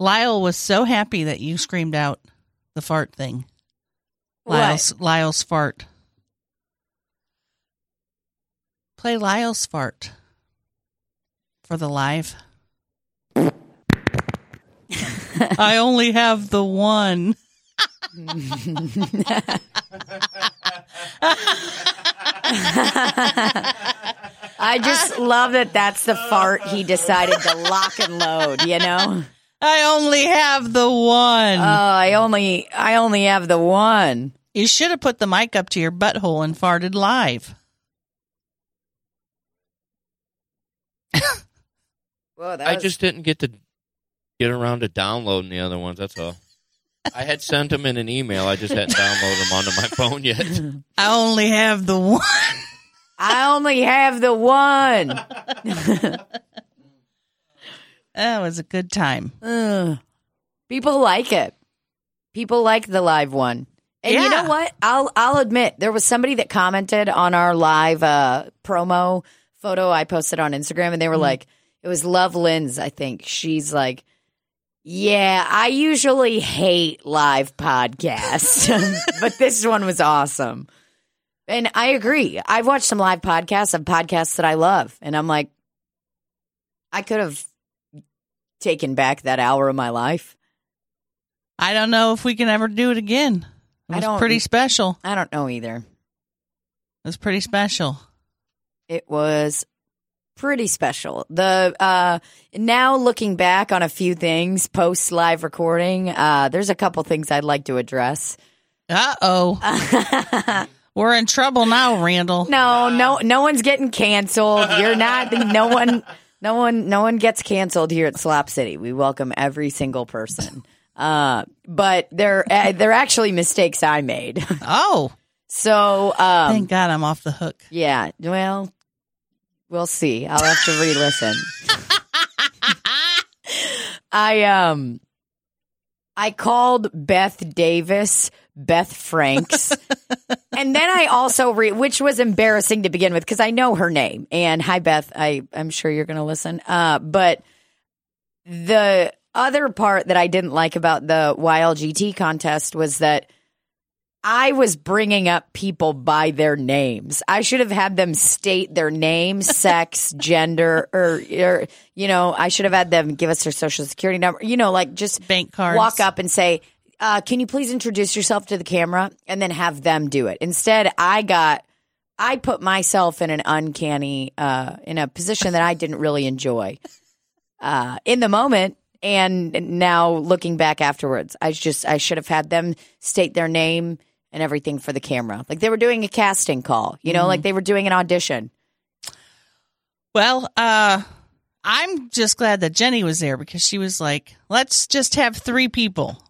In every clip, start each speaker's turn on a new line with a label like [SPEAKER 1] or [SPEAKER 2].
[SPEAKER 1] Lyle was so happy that you screamed out the fart thing.
[SPEAKER 2] What?
[SPEAKER 1] Lyle's Lyle's fart. Play Lyle's fart for the live. I only have the one.
[SPEAKER 2] I just love that that's the fart he decided to lock and load, you know?
[SPEAKER 1] I only have the one.
[SPEAKER 2] Oh, I only I only have the one.
[SPEAKER 1] you should have put the mic up to your butthole and farted live.
[SPEAKER 2] Whoa, that
[SPEAKER 3] I
[SPEAKER 2] was-
[SPEAKER 3] just didn't get to get around to downloading the other ones. That's all. I had sent them in an email. I just hadn't downloaded them onto my phone yet.
[SPEAKER 1] I only have the one.
[SPEAKER 2] I only have the one.
[SPEAKER 1] That was a good time.
[SPEAKER 2] Ugh. People like it. People like the live one. And you
[SPEAKER 1] Yeah.
[SPEAKER 2] know what? I'll I'll admit there was somebody that commented on our live uh, promo photo I posted on Instagram, and they were like, "It was Love Lynn's, I think." She's like, "Yeah, I usually hate live podcasts, but this one was awesome." And I agree. I've watched some live podcasts of podcasts that I love, and I'm like, I could have taken back that hour of my life.
[SPEAKER 1] I don't know if we can ever do it again. It
[SPEAKER 2] I
[SPEAKER 1] was
[SPEAKER 2] don't- e-
[SPEAKER 1] pretty special.
[SPEAKER 2] I don't know either.
[SPEAKER 1] It was pretty special.
[SPEAKER 2] It was pretty special. The uh now looking back on a few things post live recording, uh there's a couple things I'd like to address.
[SPEAKER 1] Uh oh. We're in trouble now, Randall.
[SPEAKER 2] No, no no one's getting canceled. You're not no one no one no one gets canceled here at Slop City. We welcome every single person. Uh but they're uh, they're actually mistakes I made.
[SPEAKER 1] Oh,
[SPEAKER 2] So um
[SPEAKER 1] thank God I'm off the hook.
[SPEAKER 2] Yeah. Well, we'll see. I'll have to re-listen. I um I called Beth Davis Beth Franks. and then I also re which was embarrassing to begin with because I know her name. And hi Beth, I I'm sure you're going to listen. Uh but the other part that I didn't like about the YLGT contest was that I was bringing up people by their names. I should have had them state their name, sex, gender, or, or you know, I should have had them give us their social security number. You know, like just
[SPEAKER 1] Bank cards.
[SPEAKER 2] Walk up and say, uh, "Can you please introduce yourself to the camera?" and then have them do it. Instead, I got I put myself in an uncanny uh, in a position that I didn't really enjoy uh, in the moment. And now looking back afterwards, I just I should have had them state their name and everything for the camera, like they were doing a casting call, you know,
[SPEAKER 1] Mm-hmm.
[SPEAKER 2] like they were doing an audition.
[SPEAKER 1] Well, uh, I'm just glad that Jenny was there because she was like, let's just have three people.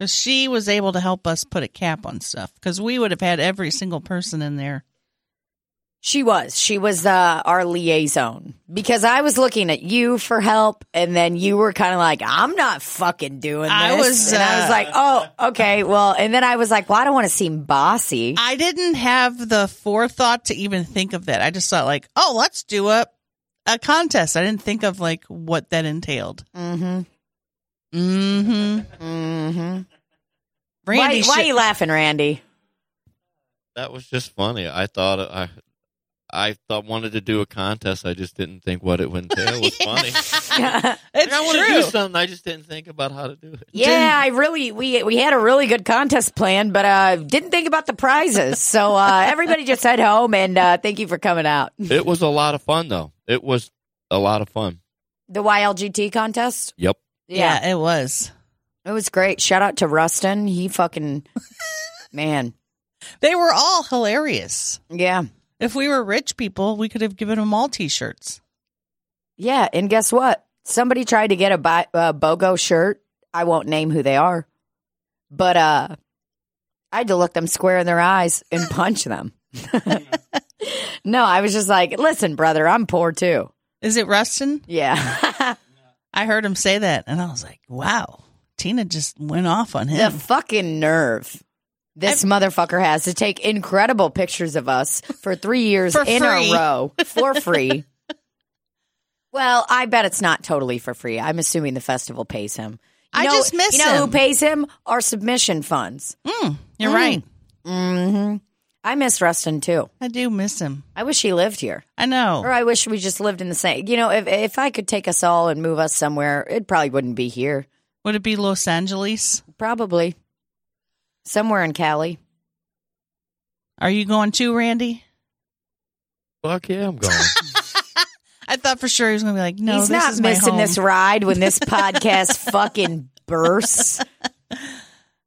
[SPEAKER 1] 'Cause She was able to help us put a cap on stuff because we would have had every single person in there.
[SPEAKER 2] She was. She was uh, our liaison because I was looking at you for help, and then you were kind of like, "I'm not fucking doing this."
[SPEAKER 1] I was,
[SPEAKER 2] and I was
[SPEAKER 1] uh,
[SPEAKER 2] like, "Oh, okay, well." And then I was like, "Well, I don't want to seem bossy."
[SPEAKER 1] I didn't have the forethought to even think of that. I just thought like, oh, let's do a a contest. I didn't think of like what that entailed.
[SPEAKER 2] Mm-hmm.
[SPEAKER 1] Mm-hmm.
[SPEAKER 2] Mm-hmm.
[SPEAKER 1] Randy,
[SPEAKER 2] why, why
[SPEAKER 1] should-
[SPEAKER 2] are you laughing, Randy?
[SPEAKER 3] That was just funny. I thought I, I thought wanted to do a contest. I just didn't think what it would entail was funny. Like, I want to do
[SPEAKER 1] it's true.
[SPEAKER 3] something. I just didn't think about how to do it.
[SPEAKER 2] Yeah, I really we we had a really good contest plan, but uh didn't think about the prizes. So uh everybody just head home and uh thank you for coming out.
[SPEAKER 3] It was a lot of fun though. It was a lot of fun.
[SPEAKER 2] The YLGT contest?
[SPEAKER 3] Yep.
[SPEAKER 1] Yeah, it was.
[SPEAKER 2] It was great. Shout out to Rustin. He fucking man.
[SPEAKER 1] They were all hilarious.
[SPEAKER 2] Yeah.
[SPEAKER 1] If we were rich people, we could have given them all T-shirts.
[SPEAKER 2] Yeah, and guess what? Somebody tried to get a bi- uh, BOGO shirt. I won't name who they are, but uh, I had to look them square in their eyes and punch them. no, I was just like, listen, brother, I'm poor too.
[SPEAKER 1] Is it Rustin?
[SPEAKER 2] Yeah.
[SPEAKER 1] I heard him say that, and I was like, wow, Tina just went off on
[SPEAKER 2] the
[SPEAKER 1] him.
[SPEAKER 2] fucking nerve this motherfucker has to take incredible pictures of us for three years
[SPEAKER 1] For
[SPEAKER 2] in
[SPEAKER 1] free.
[SPEAKER 2] a row for free. well, I bet it's not totally for free. I'm assuming the festival pays him. You
[SPEAKER 1] I
[SPEAKER 2] know-
[SPEAKER 1] just miss
[SPEAKER 2] You know who
[SPEAKER 1] him.
[SPEAKER 2] pays him? Our submission funds.
[SPEAKER 1] You're
[SPEAKER 2] Mm.
[SPEAKER 1] right.
[SPEAKER 2] hmm I miss Rustin too.
[SPEAKER 1] I do miss him.
[SPEAKER 2] I wish he lived here.
[SPEAKER 1] I know.
[SPEAKER 2] Or I wish we just lived in the same. You know, if if I could take us all and move us somewhere, it probably wouldn't be here.
[SPEAKER 1] Would it be Los Angeles?
[SPEAKER 2] Probably somewhere in Cali.
[SPEAKER 1] Are you going too, Randy?
[SPEAKER 3] Fuck yeah, I'm going.
[SPEAKER 1] I thought for sure he was going to be like, no,
[SPEAKER 2] He's
[SPEAKER 1] this
[SPEAKER 2] not
[SPEAKER 1] is my
[SPEAKER 2] missing
[SPEAKER 1] home.
[SPEAKER 2] this ride when this podcast fucking bursts.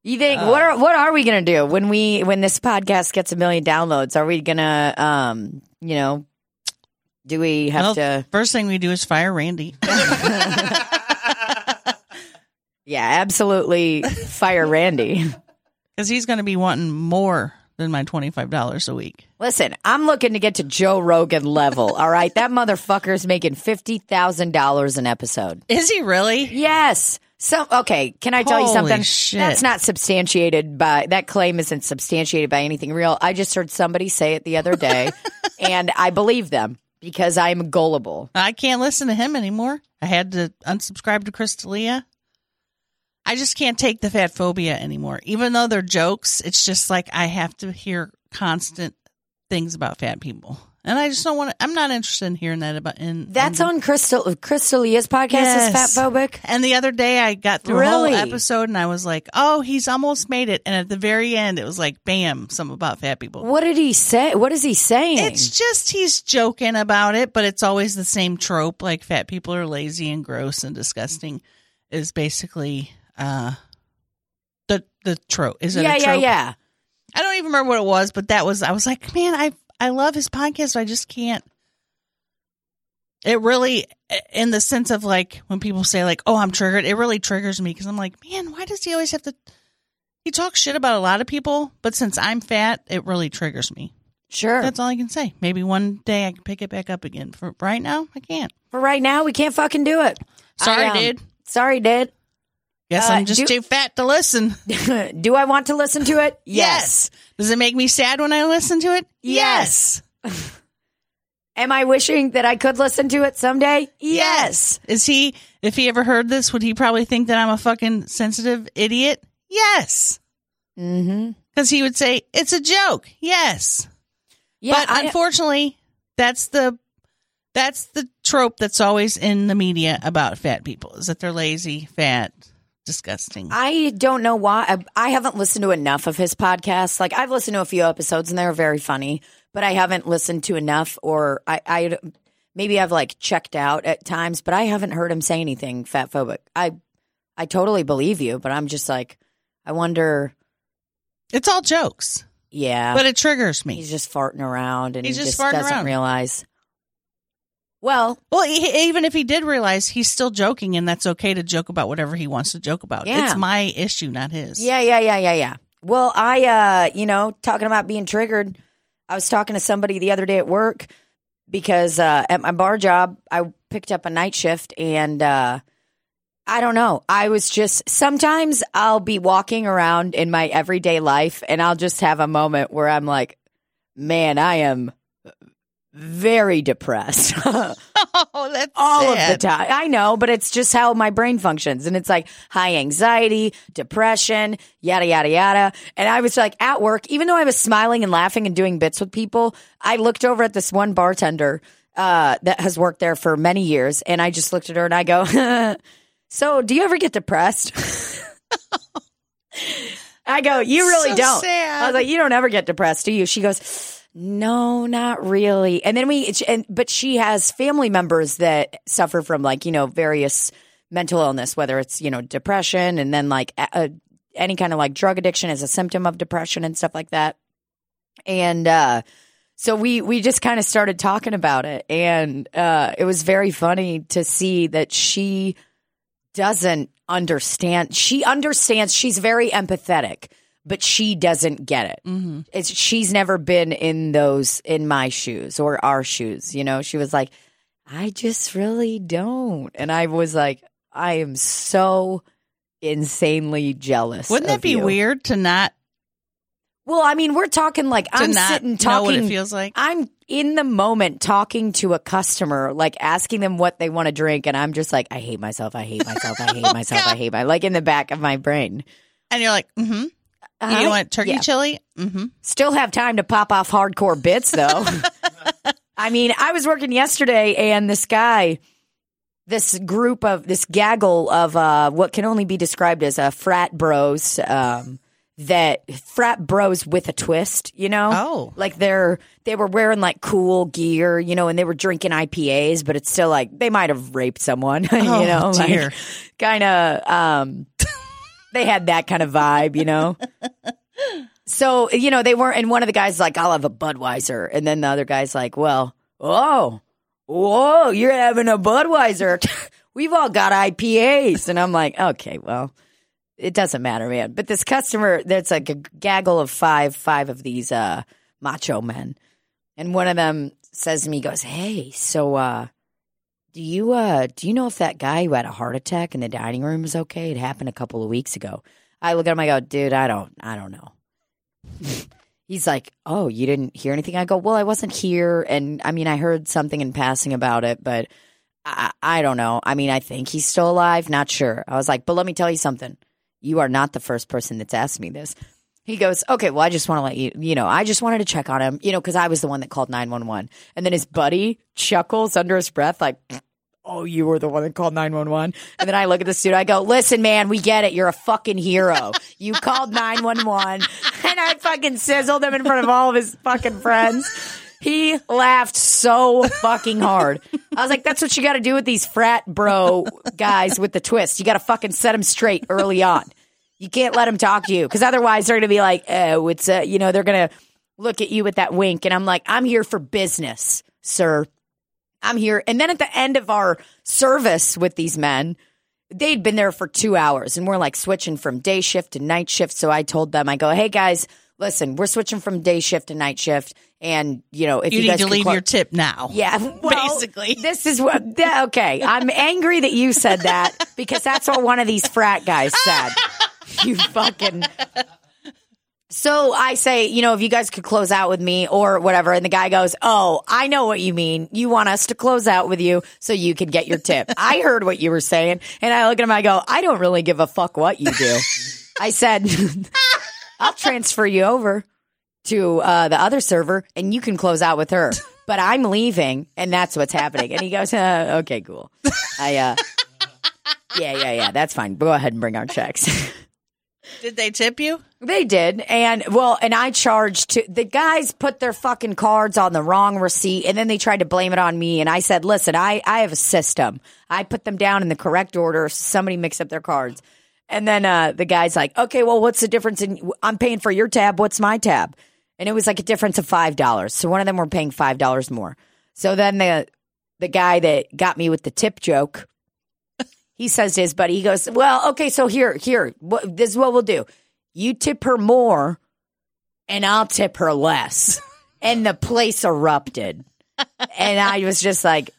[SPEAKER 2] You think what
[SPEAKER 1] Uh.
[SPEAKER 2] are what are we gonna do when we when this podcast gets a million downloads? Are we gonna um you know do we
[SPEAKER 1] Well,
[SPEAKER 2] have to
[SPEAKER 1] First thing we do is fire Randy.
[SPEAKER 2] yeah absolutely fire Randy?
[SPEAKER 1] Because he's going to be wanting more than my $25 a week.
[SPEAKER 2] Listen, I'm looking to get to Joe Rogan level. All right, that motherfucker's making fifty thousand dollars an episode.
[SPEAKER 1] Is he really?
[SPEAKER 2] Yes. So okay, can I tell you
[SPEAKER 1] Holy
[SPEAKER 2] something?
[SPEAKER 1] shit.
[SPEAKER 2] That's not substantiated by that claim isn't substantiated by anything real. I just heard somebody say it the other day and I believe them because I'm gullible.
[SPEAKER 1] I can't listen to him anymore. I had to unsubscribe to Crystalia. I just can't take the fat phobia anymore. Even though they're jokes, it's just like I have to hear constant things about fat people. And I just don't want to, I'm not interested in hearing that about. In,
[SPEAKER 2] That's
[SPEAKER 1] in,
[SPEAKER 2] on Crystal Crystal Leah's podcast
[SPEAKER 1] Mm-hmm. Yes.
[SPEAKER 2] is fatphobic.
[SPEAKER 1] And the other day I got through a
[SPEAKER 2] Really?
[SPEAKER 1] whole episode and I was like, oh, he's almost made it. And at the very end, it was like, bam, something about fat people.
[SPEAKER 2] What did he say? What is he saying?
[SPEAKER 1] It's just he's joking about it, but it's always the same trope. Like fat people are lazy and gross and disgusting is basically uh the the trope. Is it
[SPEAKER 2] yeah,
[SPEAKER 1] a
[SPEAKER 2] yeah,
[SPEAKER 1] trope?
[SPEAKER 2] yeah.
[SPEAKER 1] I don't even remember what it was, but that was I was like, man, I I love his podcast. but I just can't. It really, in the sense of like when people say like, "Oh, I'm triggered," it really triggers me because I'm like, man, why does he always have to? He talks shit about a lot of people, but since I'm fat, it really triggers me.
[SPEAKER 2] Sure.
[SPEAKER 1] That's all I can say. Maybe one day I can pick it back up again. For right now, I can't.
[SPEAKER 2] For right now, we can't fucking do it.
[SPEAKER 1] Sorry,
[SPEAKER 2] I, um,
[SPEAKER 1] dude.
[SPEAKER 2] Sorry, dude.
[SPEAKER 1] Guess
[SPEAKER 2] Uh,
[SPEAKER 1] I'm just
[SPEAKER 2] do-
[SPEAKER 1] too fat to listen.
[SPEAKER 2] do I want to listen to it?
[SPEAKER 1] Does it make me sad when I listen to it?
[SPEAKER 2] Yes. Am I wishing that I could listen to it someday? Yes.
[SPEAKER 1] Is he? If he ever heard this, would he probably think that I'm a fucking sensitive idiot? Yes.
[SPEAKER 2] Mm-hmm.
[SPEAKER 1] Because he would say it's a joke. Yes.
[SPEAKER 2] Yeah,
[SPEAKER 1] but
[SPEAKER 2] I-
[SPEAKER 1] unfortunately, that's the that's the trope that's always in the media about fat people is that they're lazy, fat, disgusting.
[SPEAKER 2] I don't know why. I, I haven't listened to enough of his podcasts. Like I've listened to a few episodes and they're very funny, but I haven't listened to enough, or I, I maybe I've like checked out at times, but I haven't heard him say anything fatphobic. I I totally believe you, but I'm just like, I wonder.
[SPEAKER 1] it's all jokes,
[SPEAKER 2] Yeah,
[SPEAKER 1] but it triggers me.
[SPEAKER 2] he's just farting around, and
[SPEAKER 1] He's
[SPEAKER 2] he
[SPEAKER 1] just
[SPEAKER 2] just,
[SPEAKER 1] farting
[SPEAKER 2] doesn't
[SPEAKER 1] around.
[SPEAKER 2] realize. Well,
[SPEAKER 1] Well, e- even if he did realize, he's still joking, and that's okay to joke about whatever he wants to joke about.
[SPEAKER 2] Yeah.
[SPEAKER 1] It's my issue, not his.
[SPEAKER 2] Yeah, yeah, yeah, yeah, yeah. Well, I, uh, you know, talking about being triggered, I was talking to somebody the other day at work because uh, at my bar job, I picked up a night shift and uh, I don't know. I was just, sometimes I'll be walking around in my everyday life and I'll just have a moment where I'm like, man, I am very depressed.
[SPEAKER 1] Oh, that's
[SPEAKER 2] all
[SPEAKER 1] sad.
[SPEAKER 2] of the time. I know, but it's just how my brain functions. And it's like high anxiety, depression, yada, yada, yada. And I was like at work, even though I was smiling and laughing and doing bits with people, I looked over at this one bartender uh, that has worked there for many years. And I just looked at her and I go, So, do you ever get depressed? I go, You really
[SPEAKER 1] So
[SPEAKER 2] don't.
[SPEAKER 1] sad.
[SPEAKER 2] I was like, You don't ever get depressed, do you? She goes, No, not really. And then we, and, but she has family members that suffer from like, you know, various mental illness, whether it's, you know, depression and then like a, a- any kind of like drug addiction is a symptom of depression and stuff like that. And, uh, So we we just kind of started talking about it, and uh, it was very funny to see that she doesn't understand. She understands. She's very empathetic, but she doesn't get it.
[SPEAKER 1] Mm-hmm.
[SPEAKER 2] It's she's never been in those in my shoes or our shoes. You know, she was like, I just really don't, and I was like, I am so insanely jealous.
[SPEAKER 1] Wouldn't that
[SPEAKER 2] of
[SPEAKER 1] be
[SPEAKER 2] you."
[SPEAKER 1] weird to not
[SPEAKER 2] Well, I mean, we're talking like
[SPEAKER 1] to
[SPEAKER 2] I'm
[SPEAKER 1] not
[SPEAKER 2] sitting
[SPEAKER 1] know what it
[SPEAKER 2] talking
[SPEAKER 1] feels like?
[SPEAKER 2] I'm in the moment talking to a customer, like asking them what they want to drink, and I'm just like, I hate myself, I hate myself, I
[SPEAKER 1] Oh,
[SPEAKER 2] hate myself, I hate my like in the back of my brain.
[SPEAKER 1] and you're like, mm-hmm.
[SPEAKER 2] Uh-huh.
[SPEAKER 1] You want turkey
[SPEAKER 2] Yeah.
[SPEAKER 1] chili? Mm-hmm.
[SPEAKER 2] Still have time to pop off hardcore bits though. I mean, I was working yesterday and this guy, this group of this gaggle of uh, what can only be described as a frat bros, um, that frat bros with a twist, you know?
[SPEAKER 1] Oh.
[SPEAKER 2] Like they're they were wearing like cool gear, you know, and they were drinking IPAs, but it's still like they might have raped someone,
[SPEAKER 1] Oh,
[SPEAKER 2] you know,
[SPEAKER 1] dear.
[SPEAKER 2] like kind of um they had that kind of vibe, you know. so, you know, they weren't and one of the guys is like, "I'll have a Budweiser." And then the other guy's like, "Well, oh. Whoa, you're having a Budweiser. We've all got IPAs." And I'm like, "Okay, well, it doesn't matter, man. But this customer, that's like a gaggle of five, five of these uh, macho men, and one of them says to me, he "Goes, hey, so uh, do you uh, do you know if that guy who had a heart attack in the dining room is okay? It happened a couple of weeks ago." I look at him, I go, "Dude, I don't, I don't know." He's like, "Oh, you didn't hear anything?" I go, "Well, I wasn't here, and I mean, I heard something in passing about it, but." I, I don't know. I mean, I think he's still alive. Not sure. I was like, but let me tell you something you are not the first person that's asked me this. He goes, okay, well, I just want to let you, you know, I just wanted to check on him, you know, because I was the one that called 911. And then his buddy chuckles under his breath, like, oh, you were the one that called 911. And then I look at this dude, I go, listen, man, we get it. You're a fucking hero. You called 911. And I fucking sizzled him in front of all of his fucking friends. He laughed so fucking hard. I was like, that's what you got to do with these frat bro guys with the twist. You got to fucking set them straight early on. You can't let them talk to you because otherwise they're going to be like, oh, it's a, you know, they're going to look at you with that wink. And I'm like, I'm here for business, sir. I'm here. And then at the end of our service with these men, they'd been there for two hours and we're like switching from day shift to night shift. So I told them, I go, hey guys, listen, we're switching from day shift to night shift. And, you know, if
[SPEAKER 1] You,
[SPEAKER 2] you,
[SPEAKER 1] need
[SPEAKER 2] guys
[SPEAKER 1] to
[SPEAKER 2] could
[SPEAKER 1] leave
[SPEAKER 2] clo-
[SPEAKER 1] your tip now.
[SPEAKER 2] yeah, well,
[SPEAKER 1] basically.
[SPEAKER 2] This is what. th- Okay, I'm angry that you said that because that's what one of these frat guys said. You fucking. So I say, you know, if you guys could close out with me or whatever, and the guy goes, "Oh, I know what you mean. You want us to close out with you so you could get your tip." I heard what you were saying, and I look at him. I go, "I don't really give a fuck what you do." I said, "I'll transfer you over." to uh, the other server and you can close out with her. But I'm leaving and that's what's happening. And he goes, uh, okay, cool. I, uh, yeah, yeah, yeah, that's fine. Go ahead and bring our checks.
[SPEAKER 1] Did they tip you?
[SPEAKER 2] They did. And well, and I charged to the guys put their fucking cards on the wrong receipt and then they tried to blame it on me. And I said, listen, I, I have a system. I put them down in the correct order. So somebody mixed up their cards. And then uh, the guy's like, okay, well, what's the difference? In I'm paying for your tab. What's my tab? And it was like a difference of $5. So one of them were paying $5 more. So then the, the guy that got me with the tip joke, he says to his buddy, he goes, well, okay, so here, here, what, this is what we'll do you tip her more and I'll tip her less. and the place erupted. And I was just like,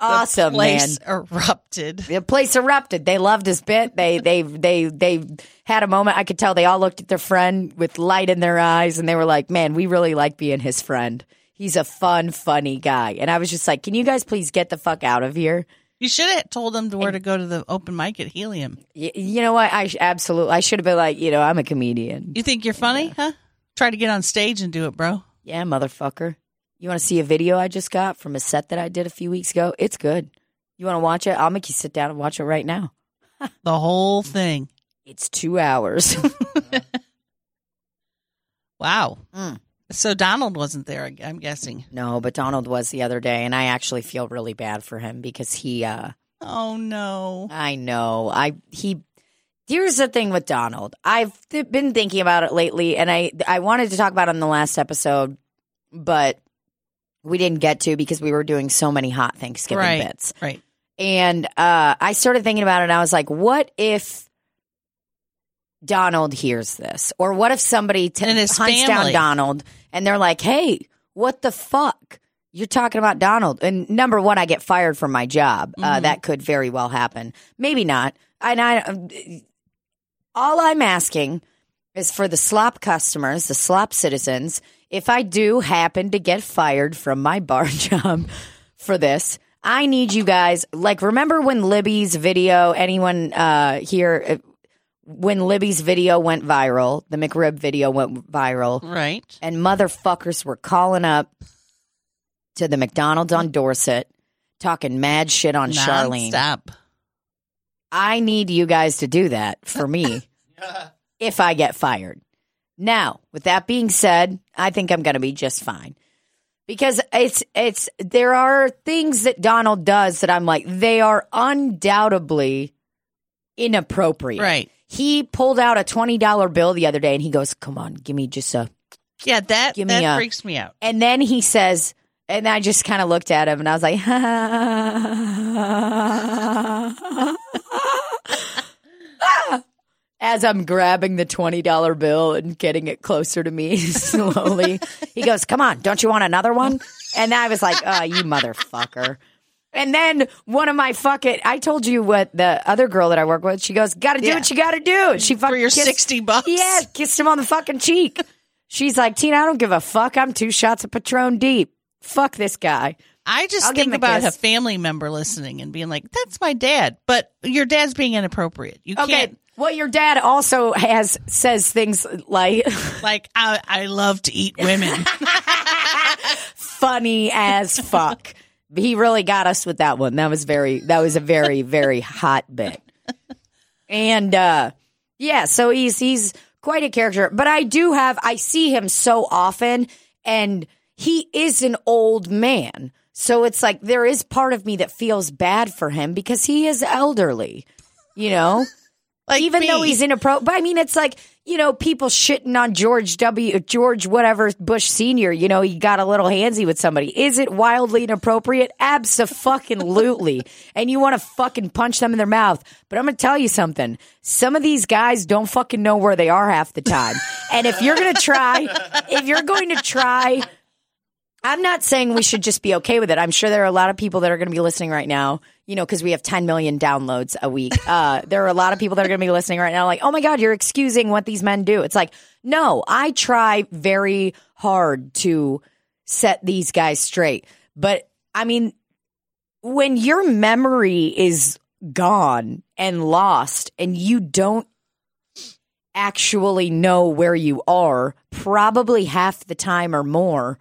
[SPEAKER 2] awesome,
[SPEAKER 1] the place
[SPEAKER 2] man.
[SPEAKER 1] erupted.
[SPEAKER 2] The place erupted. They loved his bit. They they they they had a moment. I could tell they all looked at their friend with light in their eyes, and they were like, "Man, we really like being his friend. He's a fun, funny guy." And I was just like, "Can you guys please get the fuck out of here?"
[SPEAKER 1] You should have told them to where to go to the open mic at Helium.
[SPEAKER 2] Y- you know what? I sh- absolutely. I should have been like, you know, I'm a comedian.
[SPEAKER 1] You think you're funny, huh? Try to get on stage and do it, bro.
[SPEAKER 2] Yeah, motherfucker. You want to see a video I just got from a set that I did a few weeks ago? It's good. You want to watch it? I'll make you sit down and watch it right now.
[SPEAKER 1] The whole thing.
[SPEAKER 2] It's two hours.
[SPEAKER 1] Wow.
[SPEAKER 2] Mm.
[SPEAKER 1] So Donald wasn't there, I- I'm guessing.
[SPEAKER 2] no, but Donald was the other day, and I actually feel really bad for him because he, uh,
[SPEAKER 1] Oh no.
[SPEAKER 2] I know, I, he, here's the thing with Donald. I've th- been thinking about it lately, and I, I wanted to talk about it on the last episode, but we didn't get to because we were doing so many hot Thanksgiving
[SPEAKER 1] right.
[SPEAKER 2] bits.
[SPEAKER 1] Right.
[SPEAKER 2] And uh, I started thinking about it and I was like, what if Donald hears this? Or what if somebody t-
[SPEAKER 1] And his
[SPEAKER 2] hunts down
[SPEAKER 1] family.
[SPEAKER 2] Donald and they're like, hey, what the fuck? You're talking about Donald. And number one, I get fired from my job. Uh,
[SPEAKER 1] Mhm.
[SPEAKER 2] that could very well happen. Maybe not. And I, uh, all I'm asking is for the slop customers, the slop citizens, if I do happen to get fired from my bar job for this, I need you guys. Like, remember when Libby's video, anyone uh, here, uh, when Libby's video went viral, the McRib video went viral,
[SPEAKER 1] Right.
[SPEAKER 2] and motherfuckers were calling up to the McDonald's on Dorset talking mad shit on Charlene.
[SPEAKER 1] Stop.
[SPEAKER 2] I need you guys to do that for me if I get fired. Now, with that being said, I think I'm going to be just fine. Because it's it's there are things that Donald does that I'm like they are undoubtedly inappropriate.
[SPEAKER 1] Right.
[SPEAKER 2] He pulled out a $20 bill the other day and he goes, "Come on, give me just a."
[SPEAKER 1] Yeah, that
[SPEAKER 2] Give me
[SPEAKER 1] that
[SPEAKER 2] a-
[SPEAKER 1] freaks me out.
[SPEAKER 2] And then he says and I just kind of looked at him and I was like as I'm grabbing the $20 bill and getting it closer to me slowly, he goes, Come on, don't you want another one? And I was like, Oh, you motherfucker. And then one of my fucking, I told you what the other girl that I work with, she goes, Gotta do
[SPEAKER 1] Yeah.
[SPEAKER 2] what you gotta do. She fucking
[SPEAKER 1] For your
[SPEAKER 2] kissed-
[SPEAKER 1] 60 bucks?
[SPEAKER 2] Yeah, kissed him on the fucking cheek. She's like, Tina, I don't give a fuck. I'm two shots of Patron deep. Fuck this guy.
[SPEAKER 1] I just
[SPEAKER 2] I'll give
[SPEAKER 1] think
[SPEAKER 2] him a
[SPEAKER 1] about
[SPEAKER 2] kiss.
[SPEAKER 1] a family member listening and being like, "That's my dad," but your dad's being inappropriate. You
[SPEAKER 2] Okay.
[SPEAKER 1] can't
[SPEAKER 2] Well, your dad also has says things like
[SPEAKER 1] like I, I love to eat women.
[SPEAKER 2] funny as fuck. he really got us with that one. That was very that was a very very hot bit. And uh yeah, so he's he's quite a character, but I do have I see him so often and he is an old man. So it's like there is part of me that feels bad for him because he is elderly, you know?
[SPEAKER 1] like
[SPEAKER 2] even though
[SPEAKER 1] me.
[SPEAKER 2] he's inappropriate. But I mean, it's like you know, people shitting on George W. George whatever Bush Senior. You know, he got a little handsy with somebody. Is it wildly inappropriate? Absolutely. and you want to fucking punch them in their mouth. But I'm gonna tell you something. Some of these guys don't fucking know where they are half the time. and if you're gonna try, if you're going to try. I'm not saying we should just be okay with it. I'm sure there are a lot of people that are going to be listening right now, you know, because we have 10 million downloads a week. Uh, there are a lot of people that are going to be listening right now, like, oh my God, you're excusing what these men do. It's like, no, I try very hard to set these guys straight. But I mean, when your memory is gone and lost and you don't actually know where you are, probably half the time or more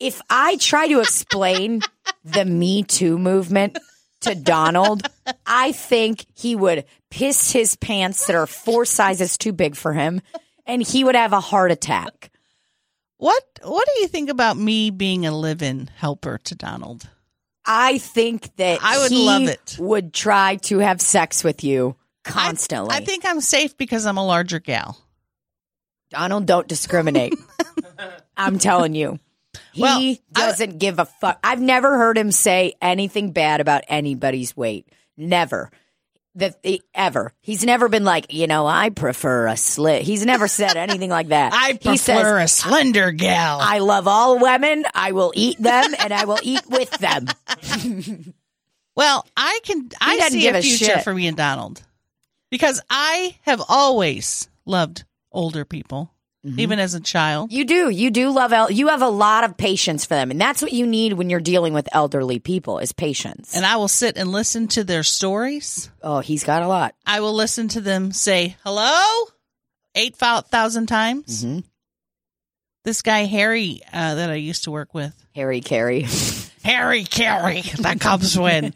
[SPEAKER 2] if I try to explain the Me Too movement to Donald, I think he would piss his pants that are four sizes too big for him and he would have a heart attack.
[SPEAKER 1] what what do you think about me being a live-in helper to Donald?
[SPEAKER 2] I think that
[SPEAKER 1] I would
[SPEAKER 2] he
[SPEAKER 1] love it.
[SPEAKER 2] would try to have sex with you
[SPEAKER 1] I-
[SPEAKER 2] constantly.
[SPEAKER 1] I, think I'm safe because I'm a larger gal.
[SPEAKER 2] Donald don't discriminate. I'm telling you. He
[SPEAKER 1] Well, I-
[SPEAKER 2] doesn't give a fuck. I've never heard him say anything bad about anybody's weight. Never. That ever. He's never been like, you know, I prefer a slit. He's never said anything like that.
[SPEAKER 1] I
[SPEAKER 2] he
[SPEAKER 1] prefer
[SPEAKER 2] says,
[SPEAKER 1] a slender gal.
[SPEAKER 2] I love all women. I will eat them and I will eat with them.
[SPEAKER 1] Well, I can. I
[SPEAKER 2] doesn't
[SPEAKER 1] see
[SPEAKER 2] give
[SPEAKER 1] a
[SPEAKER 2] a
[SPEAKER 1] future
[SPEAKER 2] shit.
[SPEAKER 1] for me and Donald because I have always loved older people,
[SPEAKER 2] Mm-hmm.
[SPEAKER 1] even as a child.
[SPEAKER 2] You do. You do love el- you have a lot of patience for them. And that's what you need when you're dealing with elderly people is patience.
[SPEAKER 1] And I will sit and listen to their stories.
[SPEAKER 2] oh, he's got a lot.
[SPEAKER 1] I will listen to them say hello eight thousand times.
[SPEAKER 2] Mhm.
[SPEAKER 1] This guy Harry uh, that I used to work with,
[SPEAKER 2] Harry Carey.
[SPEAKER 1] Harry Carey, that comes when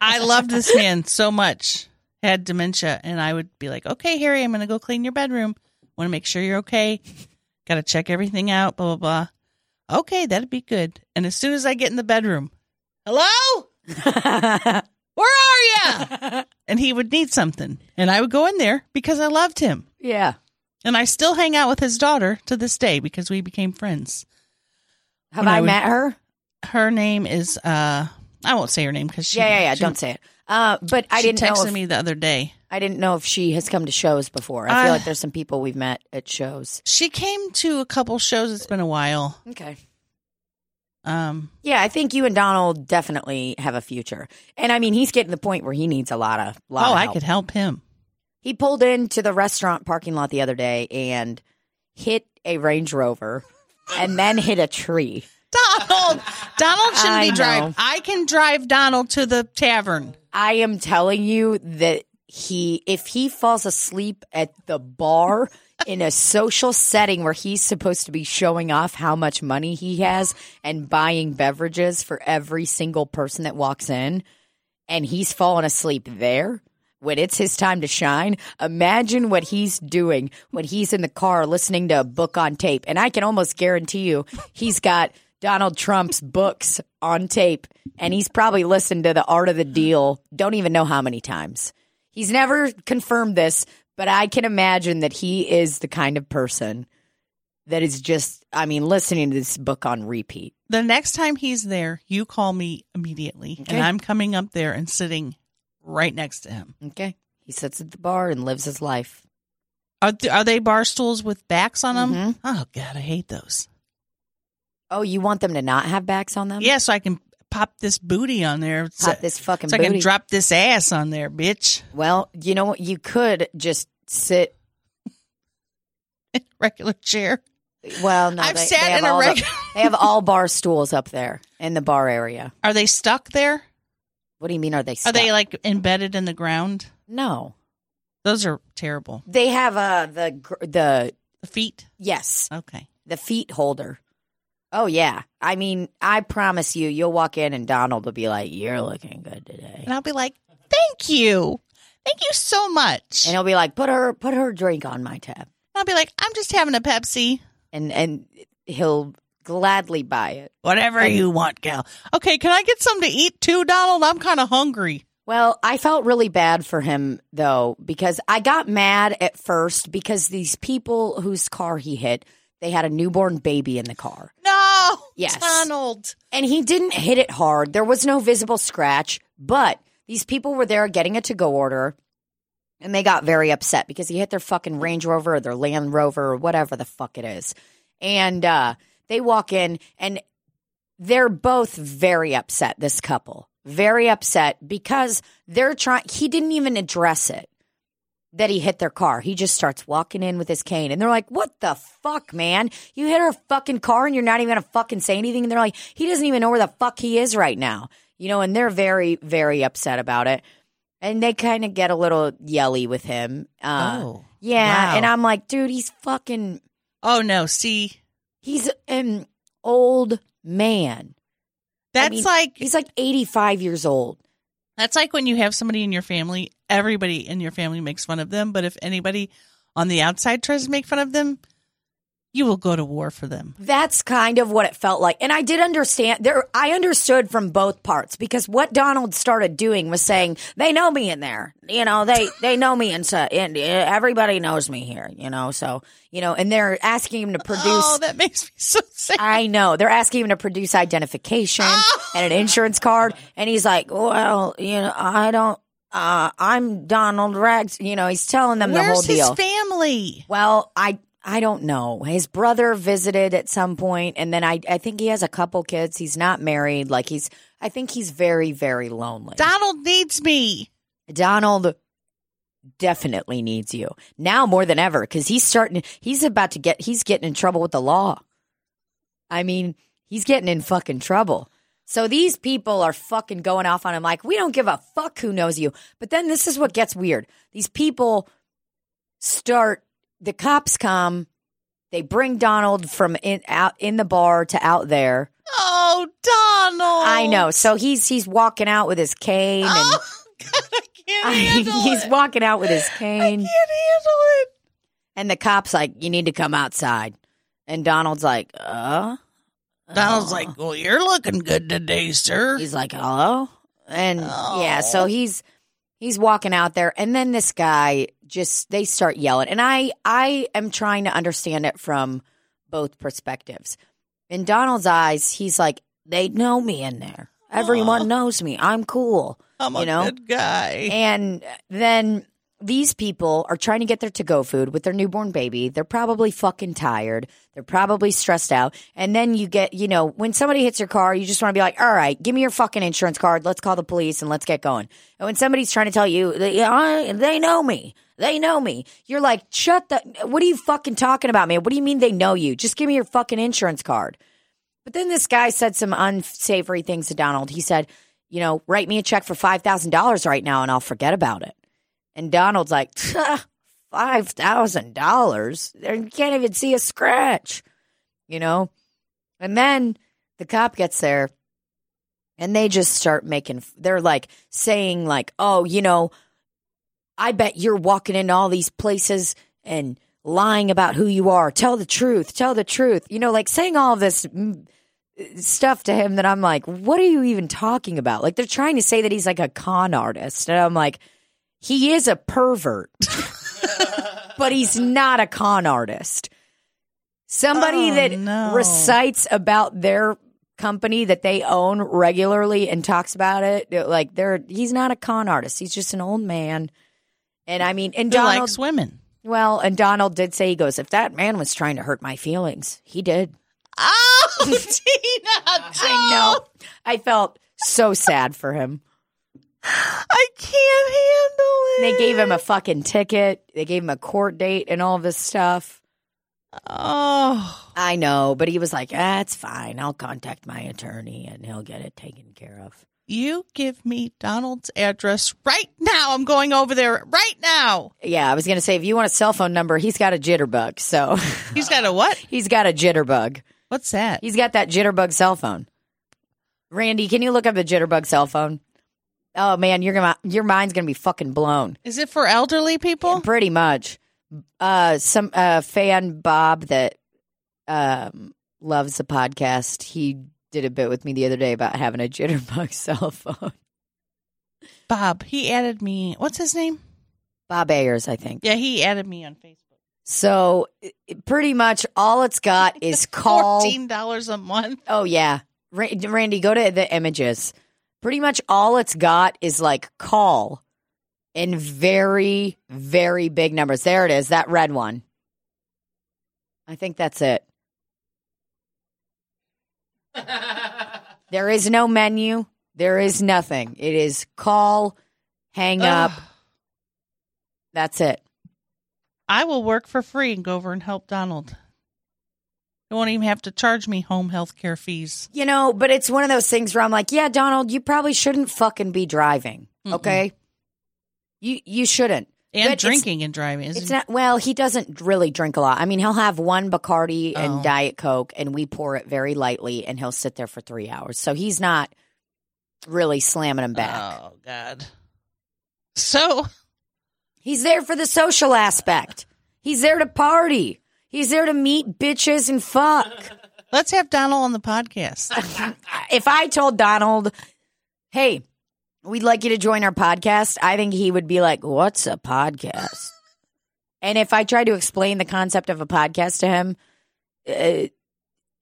[SPEAKER 1] I loved this man so much. Had dementia, and I would be like, "Okay, Harry, I'm going to go clean your bedroom. Want to make sure you're okay. Got to check everything out. Blah blah blah. Okay, that'd be good. And as soon as I get in the bedroom, hello, where are you? and he would need something, and I would go in there because I loved him.
[SPEAKER 2] yeah.
[SPEAKER 1] And I still hang out with his daughter to this day because we became friends.
[SPEAKER 2] Have
[SPEAKER 1] When I
[SPEAKER 2] I
[SPEAKER 1] would-
[SPEAKER 2] met her?
[SPEAKER 1] Her name is uh I won't say her name because she
[SPEAKER 2] Yeah, yeah, yeah.
[SPEAKER 1] she-
[SPEAKER 2] Don't say it. Uh, but I
[SPEAKER 1] she
[SPEAKER 2] didn't know.
[SPEAKER 1] texted
[SPEAKER 2] If,
[SPEAKER 1] me the other day.
[SPEAKER 2] I didn't know if she has come to shows before. I feel
[SPEAKER 1] Uh,
[SPEAKER 2] like there's some people we've met at shows.
[SPEAKER 1] She came to a couple shows. It's been a while.
[SPEAKER 2] Okay.
[SPEAKER 1] Um,
[SPEAKER 2] Yeah, I think you and Donald definitely have a future. And I mean, he's getting to the point where he needs a lot of lot.
[SPEAKER 1] oh,
[SPEAKER 2] of
[SPEAKER 1] I
[SPEAKER 2] help.
[SPEAKER 1] could help him.
[SPEAKER 2] He pulled into the restaurant parking lot the other day and hit a Range Rover, and then hit a tree.
[SPEAKER 1] Donald, Donald shouldn't
[SPEAKER 2] I
[SPEAKER 1] be
[SPEAKER 2] know.
[SPEAKER 1] driving. I can drive Donald to the tavern.
[SPEAKER 2] I am telling you that he, if he falls asleep at the bar in a social setting where he's supposed to be showing off how much money he has and buying beverages for every single person that walks in, and he's fallen asleep there. When it's his time to shine, imagine what he's doing when he's in the car listening to a book on tape. And I can almost guarantee you he's got Donald Trump's books on tape, and he's probably listened to The Art of the Deal, don't even know how many times. He's never confirmed this, but I can imagine that he is the kind of person that is just, I mean, listening to this book on repeat.
[SPEAKER 1] The next time he's there, you call me immediately,
[SPEAKER 2] Okay.
[SPEAKER 1] and I'm coming up there and sitting right next to him.
[SPEAKER 2] Okay. He sits at the bar and lives his life.
[SPEAKER 1] Are th- are they bar stools with backs on them?
[SPEAKER 2] Mm-hmm.
[SPEAKER 1] Oh God, I hate those.
[SPEAKER 2] Oh, you want them to not have backs on them?
[SPEAKER 1] Yeah, so I can pop this booty on there. so-
[SPEAKER 2] Um, Pop this fucking
[SPEAKER 1] so I
[SPEAKER 2] booty.
[SPEAKER 1] can drop this ass on there, bitch.
[SPEAKER 2] Well, you know what? You could just sit.
[SPEAKER 1] Regular chair.
[SPEAKER 2] Well, no,
[SPEAKER 1] I've
[SPEAKER 2] they,
[SPEAKER 1] sat
[SPEAKER 2] they have
[SPEAKER 1] in a
[SPEAKER 2] all the-
[SPEAKER 1] regular-
[SPEAKER 2] they have all bar stools up there in the bar area.
[SPEAKER 1] Are they stuck there?
[SPEAKER 2] What do you mean? Are they?
[SPEAKER 1] Are
[SPEAKER 2] Stuck?
[SPEAKER 1] they like embedded in the ground?
[SPEAKER 2] No,
[SPEAKER 1] Those are terrible.
[SPEAKER 2] they have uh the gr- the
[SPEAKER 1] The feet.
[SPEAKER 2] yes
[SPEAKER 1] Okay.
[SPEAKER 2] the feet holder. Oh yeah, I mean, I promise you, you'll walk in and Donald will be like, "You're looking good today,"
[SPEAKER 1] And I'll be like, thank you. Thank you so much.
[SPEAKER 2] and
[SPEAKER 1] And
[SPEAKER 2] he'll be like, "Put her put her drink on my tab,"
[SPEAKER 1] I'll be like, I'm just having a Pepsi.
[SPEAKER 2] and and he'll gladly buy it.
[SPEAKER 1] Whatever you want, gal. Okay, can I get something to eat too, Donald? I'm kind of hungry.
[SPEAKER 2] Well, I felt really bad for him though, because I got mad at first because these people whose car he hit, they had a newborn baby in the car.
[SPEAKER 1] No.
[SPEAKER 2] Yes.
[SPEAKER 1] Donald.
[SPEAKER 2] And he didn't hit it hard. There was no visible scratch, but these people were there getting a to go order and they got very upset because he hit their fucking Range Rover or their Land Rover or whatever the fuck it is. And uh, they walk in and they're both very upset, this couple. Very upset because they're trying, he didn't even address it that he hit their car. He just starts walking in with his cane and they're like, What the fuck, man? You hit our fucking car and you're not even gonna fucking say anything. And they're like, He doesn't even know where the fuck he is right now. You know, and they're very, very upset about it. And they kind of get a little yelly with him. Uh,
[SPEAKER 1] Oh,
[SPEAKER 2] Yeah.
[SPEAKER 1] wow.
[SPEAKER 2] And I'm like, Dude, he's fucking,
[SPEAKER 1] Oh, no. See,
[SPEAKER 2] he's an old man. I
[SPEAKER 1] that's
[SPEAKER 2] mean,
[SPEAKER 1] like
[SPEAKER 2] He's like 85 years old.
[SPEAKER 1] That's like when you have somebody in your family, everybody in your family makes fun of them, but if anybody on the outside tries to make fun of them, you will go to war for them.
[SPEAKER 2] That's kind of what it felt like. And I did understand there I understood from both parts because what Donald started doing was saying, They know me in there. You know, they they know me and, so, and uh, everybody knows me here, you know, so you know, and they're asking him to produce
[SPEAKER 1] Oh, that makes me so sad.
[SPEAKER 2] I know. They're asking him to produce identification
[SPEAKER 1] Oh.
[SPEAKER 2] and an insurance card. And he's like, well, you know, I don't, uh, I'm Donald Rex. You know, he's telling them the whole
[SPEAKER 1] Where's his
[SPEAKER 2] deal.
[SPEAKER 1] family?
[SPEAKER 2] well, I, I don't know. His brother visited at some point, and then I, I think he has a couple kids. He's not married. Like he's, I think he's very, very lonely.
[SPEAKER 1] Donald needs me.
[SPEAKER 2] Donald definitely needs you now more than ever because he's starting. He's about to get. He's getting in trouble with the law. I mean, he's getting in fucking trouble. So these people are fucking going off on him like we don't give a fuck who knows you. But then this is what gets weird. These people start. The cops come. They bring Donald from in out in the bar to out there.
[SPEAKER 1] Oh, Donald.
[SPEAKER 2] I know. So he's he's walking out with his cane and
[SPEAKER 1] Oh, God, I can't handle
[SPEAKER 2] he's
[SPEAKER 1] it.
[SPEAKER 2] walking out with his
[SPEAKER 1] I can't
[SPEAKER 2] cane.
[SPEAKER 1] handle it.
[SPEAKER 2] And the cop's like, you need to come outside. And Donald's like, uh?
[SPEAKER 1] Donald's
[SPEAKER 2] Oh.
[SPEAKER 1] like, well, you're looking good today, sir.
[SPEAKER 2] He's like, hello? And yeah, so he's he's walking out there and then this guy just they start yelling. And I I am trying to understand it from both perspectives. In Donald's eyes, he's like, they know me in there. Everyone knows me. I'm cool.
[SPEAKER 1] I'm a
[SPEAKER 2] you know?
[SPEAKER 1] good guy.
[SPEAKER 2] And then these people are trying to get their to go food with their newborn baby. They're probably fucking tired. They're probably stressed out. And then you get, you know, when somebody hits your car, you just want to be like, all right, give me your fucking insurance card. Let's call the police and let's get going. And when somebody's trying to tell you, they, I- they know me. They know me. You're like, shut the, what are you fucking talking about, man? What do you mean they know you? Just give me your fucking insurance card. But then this guy said some unsavory things to Donald. He said, you know, write me a check for $5,000 right now and I'll forget about it. And Donald's like, five thousand dollars. You can't even see a scratch, you know. And then the cop gets there, and they just start making. They're like saying, like, oh, you know, I bet you're walking into all these places and lying about who you are. Tell the truth. Tell the truth. You know, like saying all this. mm, Stuff to him that I'm like, what are you even talking about? Like, they're trying to say that he's like a con artist. And I'm like, he is a pervert, but he's not a con artist. Somebody
[SPEAKER 1] Oh,
[SPEAKER 2] that
[SPEAKER 1] no.
[SPEAKER 2] recites about their company that they own regularly and talks about it, like they're he's not a con artist. He's just an old man. And I mean, and
[SPEAKER 1] He
[SPEAKER 2] Donald,
[SPEAKER 1] likes women.
[SPEAKER 2] well, and Donald did say he goes, if that man was trying to hurt my feelings, he did.
[SPEAKER 1] Oh, Tina.
[SPEAKER 2] I
[SPEAKER 1] don't.
[SPEAKER 2] know. I felt so sad for him.
[SPEAKER 1] I can't handle
[SPEAKER 2] They
[SPEAKER 1] it.
[SPEAKER 2] gave him a fucking ticket. They gave him a court date and all this stuff.
[SPEAKER 1] Oh,
[SPEAKER 2] I know, but he was like, ah, it's fine. I'll contact my attorney and he'll get it taken care of.
[SPEAKER 1] you give me Donald's address right now. I'm going over there right now.
[SPEAKER 2] Yeah, I was going to say, if you want a cell phone number, he's got a jitterbug. So
[SPEAKER 1] He's got a what?
[SPEAKER 2] he's got a jitterbug.
[SPEAKER 1] What's that?
[SPEAKER 2] He's got that jitterbug cell phone. Randy, can you look up the jitterbug cell phone? Oh man, you're gonna your mind's gonna be fucking blown.
[SPEAKER 1] Is it for elderly people?
[SPEAKER 2] Pretty much. Uh some uh fan Bob that um loves the podcast, he did a bit with me the other day about having a jitterbug cell phone.
[SPEAKER 1] Bob, he added me. What's his name?
[SPEAKER 2] Bob Ayers, I think.
[SPEAKER 1] Yeah, he added me on Facebook.
[SPEAKER 2] So i- pretty much all it's got Uh, is call.
[SPEAKER 1] Fourteen dollars a month.
[SPEAKER 2] Oh yeah, Ra- Randy, go to the images. Pretty much all it's got is like call, in very very big numbers. There it is, that red one. I think that's it. there is no menu. There is nothing. It is call, hang up.
[SPEAKER 1] Ugh.
[SPEAKER 2] That's it.
[SPEAKER 1] I will work for free and go over and help Donald. He won't even have to charge me home health care fees.
[SPEAKER 2] You know, but it's one of those things where I'm like, yeah, Donald, you probably shouldn't fucking be driving. Okay. You you shouldn't.
[SPEAKER 1] And
[SPEAKER 2] But it's-
[SPEAKER 1] drinking and driving. Isn't
[SPEAKER 2] It's, not well, he doesn't really drink a lot. I mean, he'll have one Bacardi
[SPEAKER 1] Oh.
[SPEAKER 2] and Diet Coke and we pour it very lightly and he'll sit there for three hours. So he's not really slamming him back.
[SPEAKER 1] Oh God. So
[SPEAKER 2] He's there for the social aspect. He's there to party. He's there to meet bitches and fuck.
[SPEAKER 1] let's have Donald on the podcast.
[SPEAKER 2] if I told Donald, hey, we'd like you to join our podcast, I think he would be like, what's a podcast? and if I tried to explain the concept of a podcast to him, uh,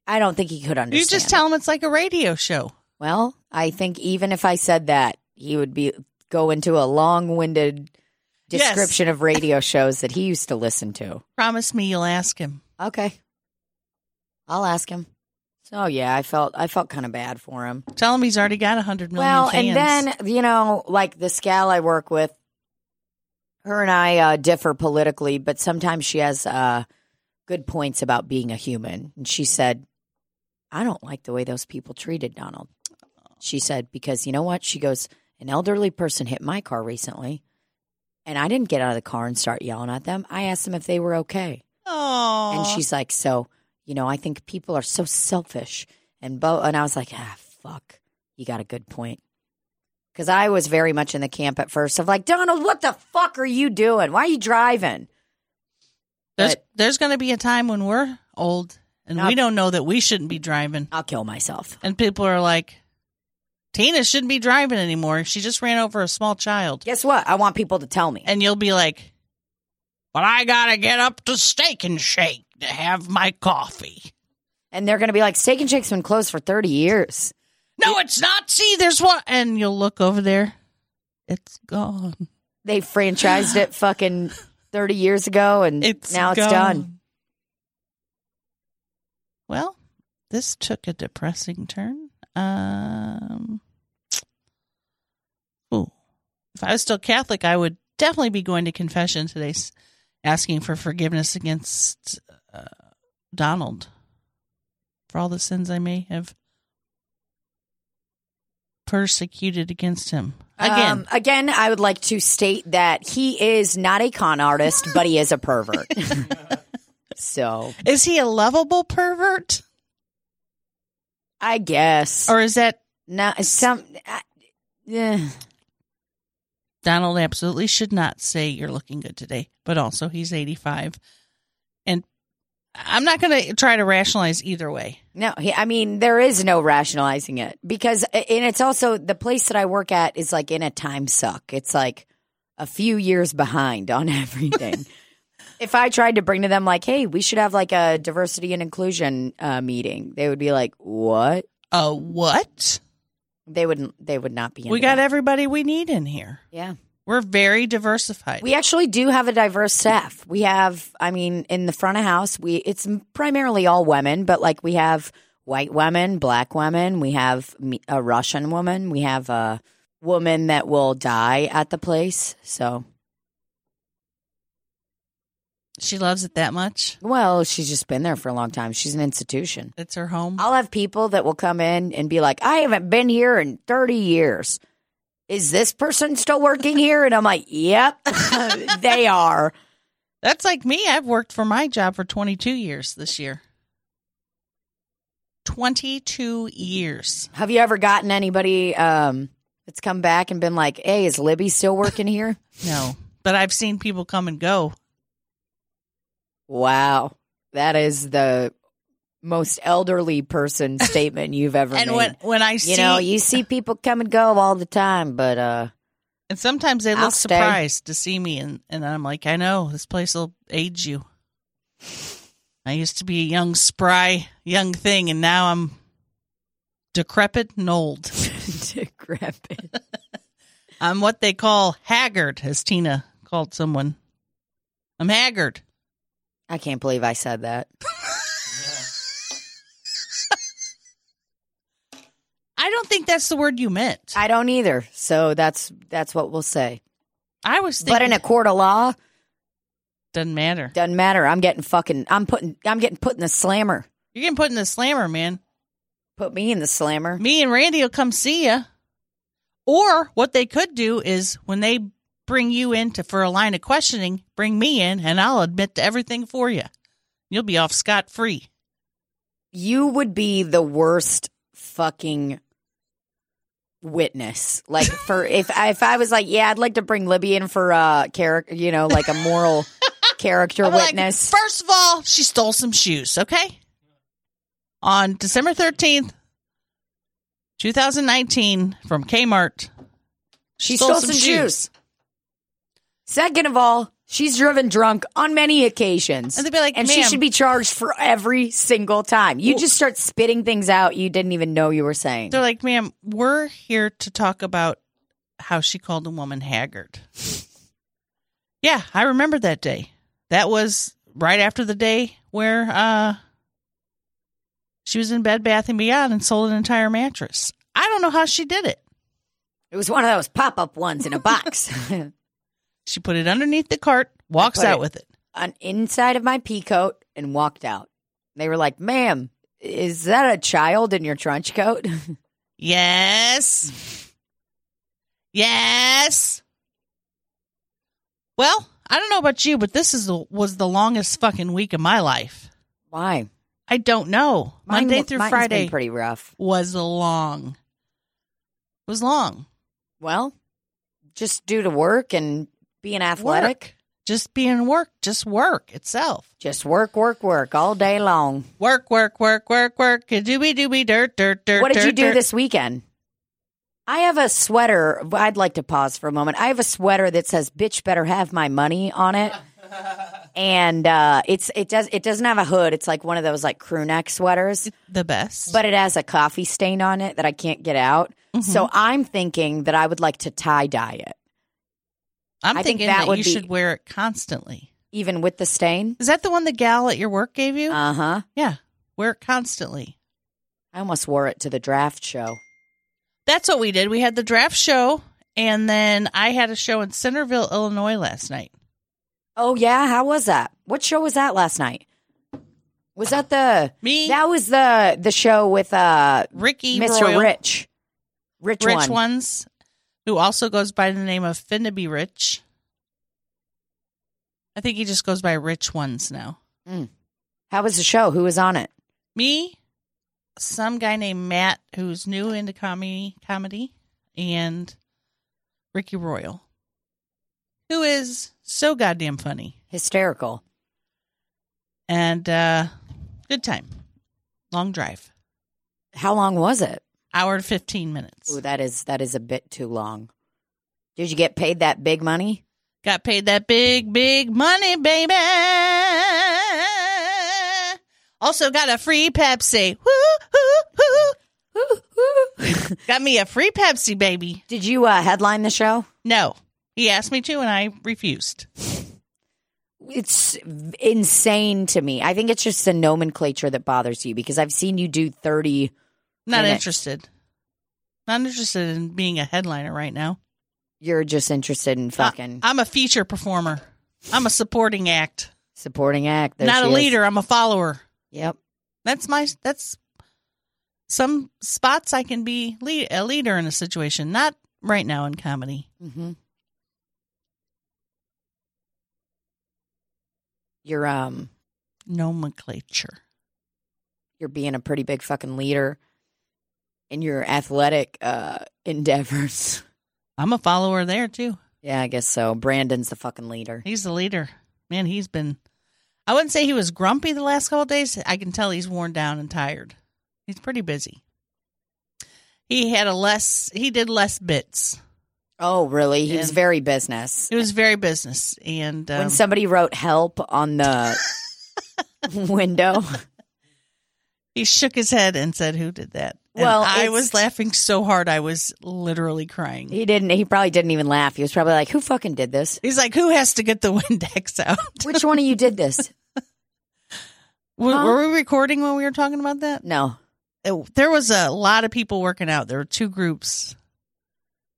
[SPEAKER 2] I don't think he could understand.
[SPEAKER 1] you just tell him it's like a radio show.
[SPEAKER 2] Well, I think even if I said that, he would be go into a long-winded
[SPEAKER 1] Yes.
[SPEAKER 2] description of radio shows that he used to listen to.
[SPEAKER 1] Promise me you'll ask him.
[SPEAKER 2] Okay. I'll ask him. So yeah, I felt I felt kind of bad for him.
[SPEAKER 1] Tell him he's already got a hundred million.
[SPEAKER 2] Well,
[SPEAKER 1] fans.
[SPEAKER 2] and then you know, like this gal I work with, her and I uh, differ politically, but sometimes she has uh, good points about being a human. And she said, "I don't like the way those people treated Donald." She said because you know what? She goes, "An elderly person hit my car recently, and I didn't get out of the car and start yelling at them. I asked them if they were okay."
[SPEAKER 1] oh,
[SPEAKER 2] And she's like, so, you know, I think people are so selfish. And Bo, and I was like, ah, fuck, you got a good point. Cause I was very much in the camp at first of like, Donald, what the fuck are you doing? Why are you driving?
[SPEAKER 1] there's
[SPEAKER 2] but-
[SPEAKER 1] there's going to be a time when we're old and we
[SPEAKER 2] Not-
[SPEAKER 1] don't know that we shouldn't be driving,
[SPEAKER 2] I'll kill myself.
[SPEAKER 1] and people are like, Tina shouldn't be driving anymore. She just ran over a small child,
[SPEAKER 2] Guess what? I want people to tell me.
[SPEAKER 1] and you'll be like, but I gotta get up to Steak and Shake to have my coffee.
[SPEAKER 2] and they're going to be like, Steak and Shake's been closed for 30 years.
[SPEAKER 1] No, it's not. See, there's one. And you'll look over there. It's gone.
[SPEAKER 2] They franchised it fucking 30 years ago, and
[SPEAKER 1] It's
[SPEAKER 2] now it's
[SPEAKER 1] gone.
[SPEAKER 2] done.
[SPEAKER 1] Well, this took a depressing turn. Um, ooh. If I was still Catholic, I would definitely be going to confession today, s- asking for forgiveness against uh, Donald for all the sins I may have persecuted against him. Again,
[SPEAKER 2] Um, again, I would like to state that he is not a con artist, but he is a pervert. so
[SPEAKER 1] is he a lovable pervert,
[SPEAKER 2] I guess, or
[SPEAKER 1] or is that
[SPEAKER 2] not some. I, eh.
[SPEAKER 1] Donald absolutely should not say you're looking good today, but also he's 85. And I'm not going to try to rationalize either way.
[SPEAKER 2] No, he- I mean there is no rationalizing it because, and it's also the place that I work at is like in a time suck. It's like a few years behind on everything. if I tried to bring to them like, "Hey, we should have like a diversity and inclusion uh, meeting," they would be like, "What?"
[SPEAKER 1] Uh, what?
[SPEAKER 2] They wouldn't. They would not be.
[SPEAKER 1] We
[SPEAKER 2] into
[SPEAKER 1] got
[SPEAKER 2] that.
[SPEAKER 1] everybody we need in here.
[SPEAKER 2] Yeah,
[SPEAKER 1] We're very diversified.
[SPEAKER 2] we actually do have a diverse staff. We have, I mean, in the front of house, we it's primarily all women, but like we have white women, black women, we have me- a Russian woman, we have a woman that will die at the place. So,
[SPEAKER 1] she loves it that much.
[SPEAKER 2] well, she's just been there for a long time. She's an institution.
[SPEAKER 1] It's her home.
[SPEAKER 2] I'll have people that will come in and be like, I haven't been here in 30 years. Is this person still working here? And I'm like, yep, they are.
[SPEAKER 1] That's like me. I've worked for my job for 22 years this year. 22 years.
[SPEAKER 2] Have you ever gotten anybody um, that's come back and been like, "Hey, is Libby still working here?"
[SPEAKER 1] No, but I've seen people come and go.
[SPEAKER 2] wow, that is the most elderly person statement you've ever
[SPEAKER 1] And
[SPEAKER 2] made.
[SPEAKER 1] when, when I
[SPEAKER 2] you
[SPEAKER 1] see,
[SPEAKER 2] know, you see people come and go all the time, but uh,
[SPEAKER 1] And sometimes they
[SPEAKER 2] I'll
[SPEAKER 1] look
[SPEAKER 2] stay.
[SPEAKER 1] surprised to see me, and, and I'm like, I know this place will age you. I used to be a young, spry, young thing, and now I'm decrepit and old.
[SPEAKER 2] decrepit.
[SPEAKER 1] I'm what they call haggard, as Tina called someone. I'm haggard.
[SPEAKER 2] I can't believe I said that.
[SPEAKER 1] I don't think that's the word you meant. I,
[SPEAKER 2] I don't either. So that's that's what we'll say.
[SPEAKER 1] was thinking,
[SPEAKER 2] But in a court of law,
[SPEAKER 1] doesn't matter.
[SPEAKER 2] doesn't matter. I'm getting fucking. I'm putting. I'm getting put in the slammer.
[SPEAKER 1] You're getting put in the slammer, man.
[SPEAKER 2] Put me in the slammer.
[SPEAKER 1] Me and Randy will come see you. Or what they could do is when they bring you in to, for a line of questioning, bring me in and I'll admit to everything for you. You'll be off scot free.
[SPEAKER 2] you would be the worst fucking witness like for if I, if I was like yeah I'd like to bring Libby in for uh character you know like a moral character
[SPEAKER 1] I'm like,
[SPEAKER 2] witness
[SPEAKER 1] First of all, she stole some shoes, okay? On December 13th, 2019, from Kmart.
[SPEAKER 2] she stole, some, shoes. second of all she's driven drunk on many occasions
[SPEAKER 1] And they'd be like,
[SPEAKER 2] and she
[SPEAKER 1] "Ma'am."
[SPEAKER 2] should be charged for every single time you just start spitting things out you didn't even know you were saying
[SPEAKER 1] They're like, ma'am, we're here to talk about how she called a woman haggard. yeah, I remember that day. That was right after the day where uh, she was in Bed Bath and Beyond and sold an entire mattress. I don't know how she did it.
[SPEAKER 2] it was one of those pop-up ones in a box
[SPEAKER 1] She put it underneath the cart, walks
[SPEAKER 2] I put
[SPEAKER 1] out
[SPEAKER 2] it-
[SPEAKER 1] with it.
[SPEAKER 2] on inside of my pea coat and walked out. They were like, "Ma'am, is that a child in your trench coat?"
[SPEAKER 1] Yes. Yes. Well, I don't know about you, but this is the, was the longest fucking week of my life.
[SPEAKER 2] Why?
[SPEAKER 1] I don't know.
[SPEAKER 2] Mine-
[SPEAKER 1] Monday through
[SPEAKER 2] mine's
[SPEAKER 1] Friday
[SPEAKER 2] been pretty rough.
[SPEAKER 1] was long. Was long.
[SPEAKER 2] Well, just due to work and being athletic,
[SPEAKER 1] Work. Just being work, just work itself.
[SPEAKER 2] just work, work, work all day long.
[SPEAKER 1] Work, work, work, work, work. Doobie doobie dirt, dirt, dirt.
[SPEAKER 2] what did you
[SPEAKER 1] dirt,
[SPEAKER 2] do
[SPEAKER 1] dirt.
[SPEAKER 2] this weekend? I have a sweater. I'd like to pause for a moment. I have a sweater that says "Bitch better have my money" on it, and uh, it's it does it doesn't have a hood. It's like one of those like crew neck sweaters,
[SPEAKER 1] The best.
[SPEAKER 2] but it has a coffee stain on it that I can't get out. So I'm thinking that I would like to tie dye it,
[SPEAKER 1] I'm
[SPEAKER 2] I think
[SPEAKER 1] thinking
[SPEAKER 2] that
[SPEAKER 1] that,
[SPEAKER 2] would
[SPEAKER 1] you
[SPEAKER 2] be-
[SPEAKER 1] should wear it constantly.
[SPEAKER 2] even with the stain.
[SPEAKER 1] Is that the one the gal at your work gave you?
[SPEAKER 2] Uh huh.
[SPEAKER 1] yeah. Wear it constantly.
[SPEAKER 2] I almost wore it to the draft show.
[SPEAKER 1] That's what we did. We had the draft show, and then I had a show in Centerville, Illinois last night.
[SPEAKER 2] Oh yeah, how was that? What show was that last night? Was that the
[SPEAKER 1] Me?
[SPEAKER 2] That was the the show with uh
[SPEAKER 1] Ricky
[SPEAKER 2] Mr.
[SPEAKER 1] Royal,
[SPEAKER 2] Rich, Rich,
[SPEAKER 1] Rich
[SPEAKER 2] one.
[SPEAKER 1] Ones, who also goes by the name of Finnaby Rich. I think he just goes by Rich Ones now.
[SPEAKER 2] How was the show? Who was on it?
[SPEAKER 1] Me, some guy named Matt who's new into comedy, comedy, and Ricky Royal, who is so goddamn funny
[SPEAKER 2] Hysterical.
[SPEAKER 1] and uh, good time. Long drive,
[SPEAKER 2] How long was it?
[SPEAKER 1] hour and fifteen minutes.
[SPEAKER 2] Ooh, that is that is a bit too long. Did you get paid that big money?
[SPEAKER 1] Got paid that big, big money, baby. Also got a free Pepsi. Woo, woo, woo. Got me a free Pepsi, baby.
[SPEAKER 2] Did you uh, headline the show?
[SPEAKER 1] No, he asked me to, and I refused.
[SPEAKER 2] It's insane to me. I think it's just the nomenclature that bothers you because I've seen you do thirty.
[SPEAKER 1] Not
[SPEAKER 2] Damn it.
[SPEAKER 1] interested. Not interested in being a headliner right now.
[SPEAKER 2] You're just interested in fucking
[SPEAKER 1] I, am a feature performer. I'm a supporting act,
[SPEAKER 2] supporting act. There
[SPEAKER 1] not a
[SPEAKER 2] she is.
[SPEAKER 1] leader. I'm a follower.
[SPEAKER 2] Yep.
[SPEAKER 1] That's my. That's some spots I can be lead, a leader in a situation. Not right now in comedy.
[SPEAKER 2] Mm-hmm. You're um
[SPEAKER 1] nomenclature.
[SPEAKER 2] you're being a pretty big fucking leader in your athletic uh endeavors.
[SPEAKER 1] I'm a follower there too.
[SPEAKER 2] yeah, I guess so. Brandon's the fucking leader.
[SPEAKER 1] He's the leader. Man, he's been I wouldn't say he was grumpy the last couple of days. I can tell he's worn down and tired. He's pretty busy. He had a less he did less bits.
[SPEAKER 2] Oh, really? He was
[SPEAKER 1] Yeah.
[SPEAKER 2] very business.
[SPEAKER 1] It was very business and um,
[SPEAKER 2] when somebody wrote help on the window.
[SPEAKER 1] he shook his head and said, "Who did that?" And
[SPEAKER 2] Well,
[SPEAKER 1] I
[SPEAKER 2] it's-
[SPEAKER 1] was laughing so hard I was literally crying.
[SPEAKER 2] He didn't he probably didn't even laugh. He was probably like, Who fucking did this?
[SPEAKER 1] He's like, "Who has to get the Windex out?"
[SPEAKER 2] Which one of you did this?
[SPEAKER 1] Were-
[SPEAKER 2] Huh?
[SPEAKER 1] Were we recording when we were talking about that?
[SPEAKER 2] No.
[SPEAKER 1] it- there was a lot of people working out. There were two groups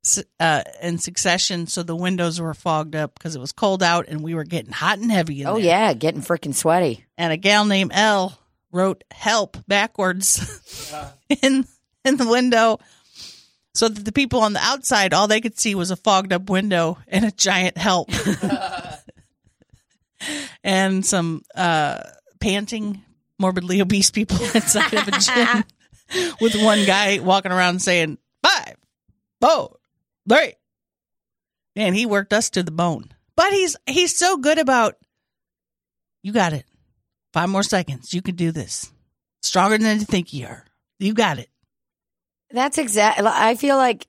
[SPEAKER 1] s- uh, in succession, so the windows were fogged up because it was cold out and we were getting hot and heavy. In
[SPEAKER 2] Oh
[SPEAKER 1] there.
[SPEAKER 2] yeah, getting freaking sweaty.
[SPEAKER 1] And a gal named L wrote "help" backwards in in the window, so that the people on the outside all they could see was a fogged up window and a giant "help," and some uh, panting, morbidly obese people inside of a gym with one guy walking around saying five, four, three. Man, he worked us to the bone. But he's he's so good about you got it. Five more seconds. You can do this. Stronger than you think you are. You got it.
[SPEAKER 2] That's exactly. I feel like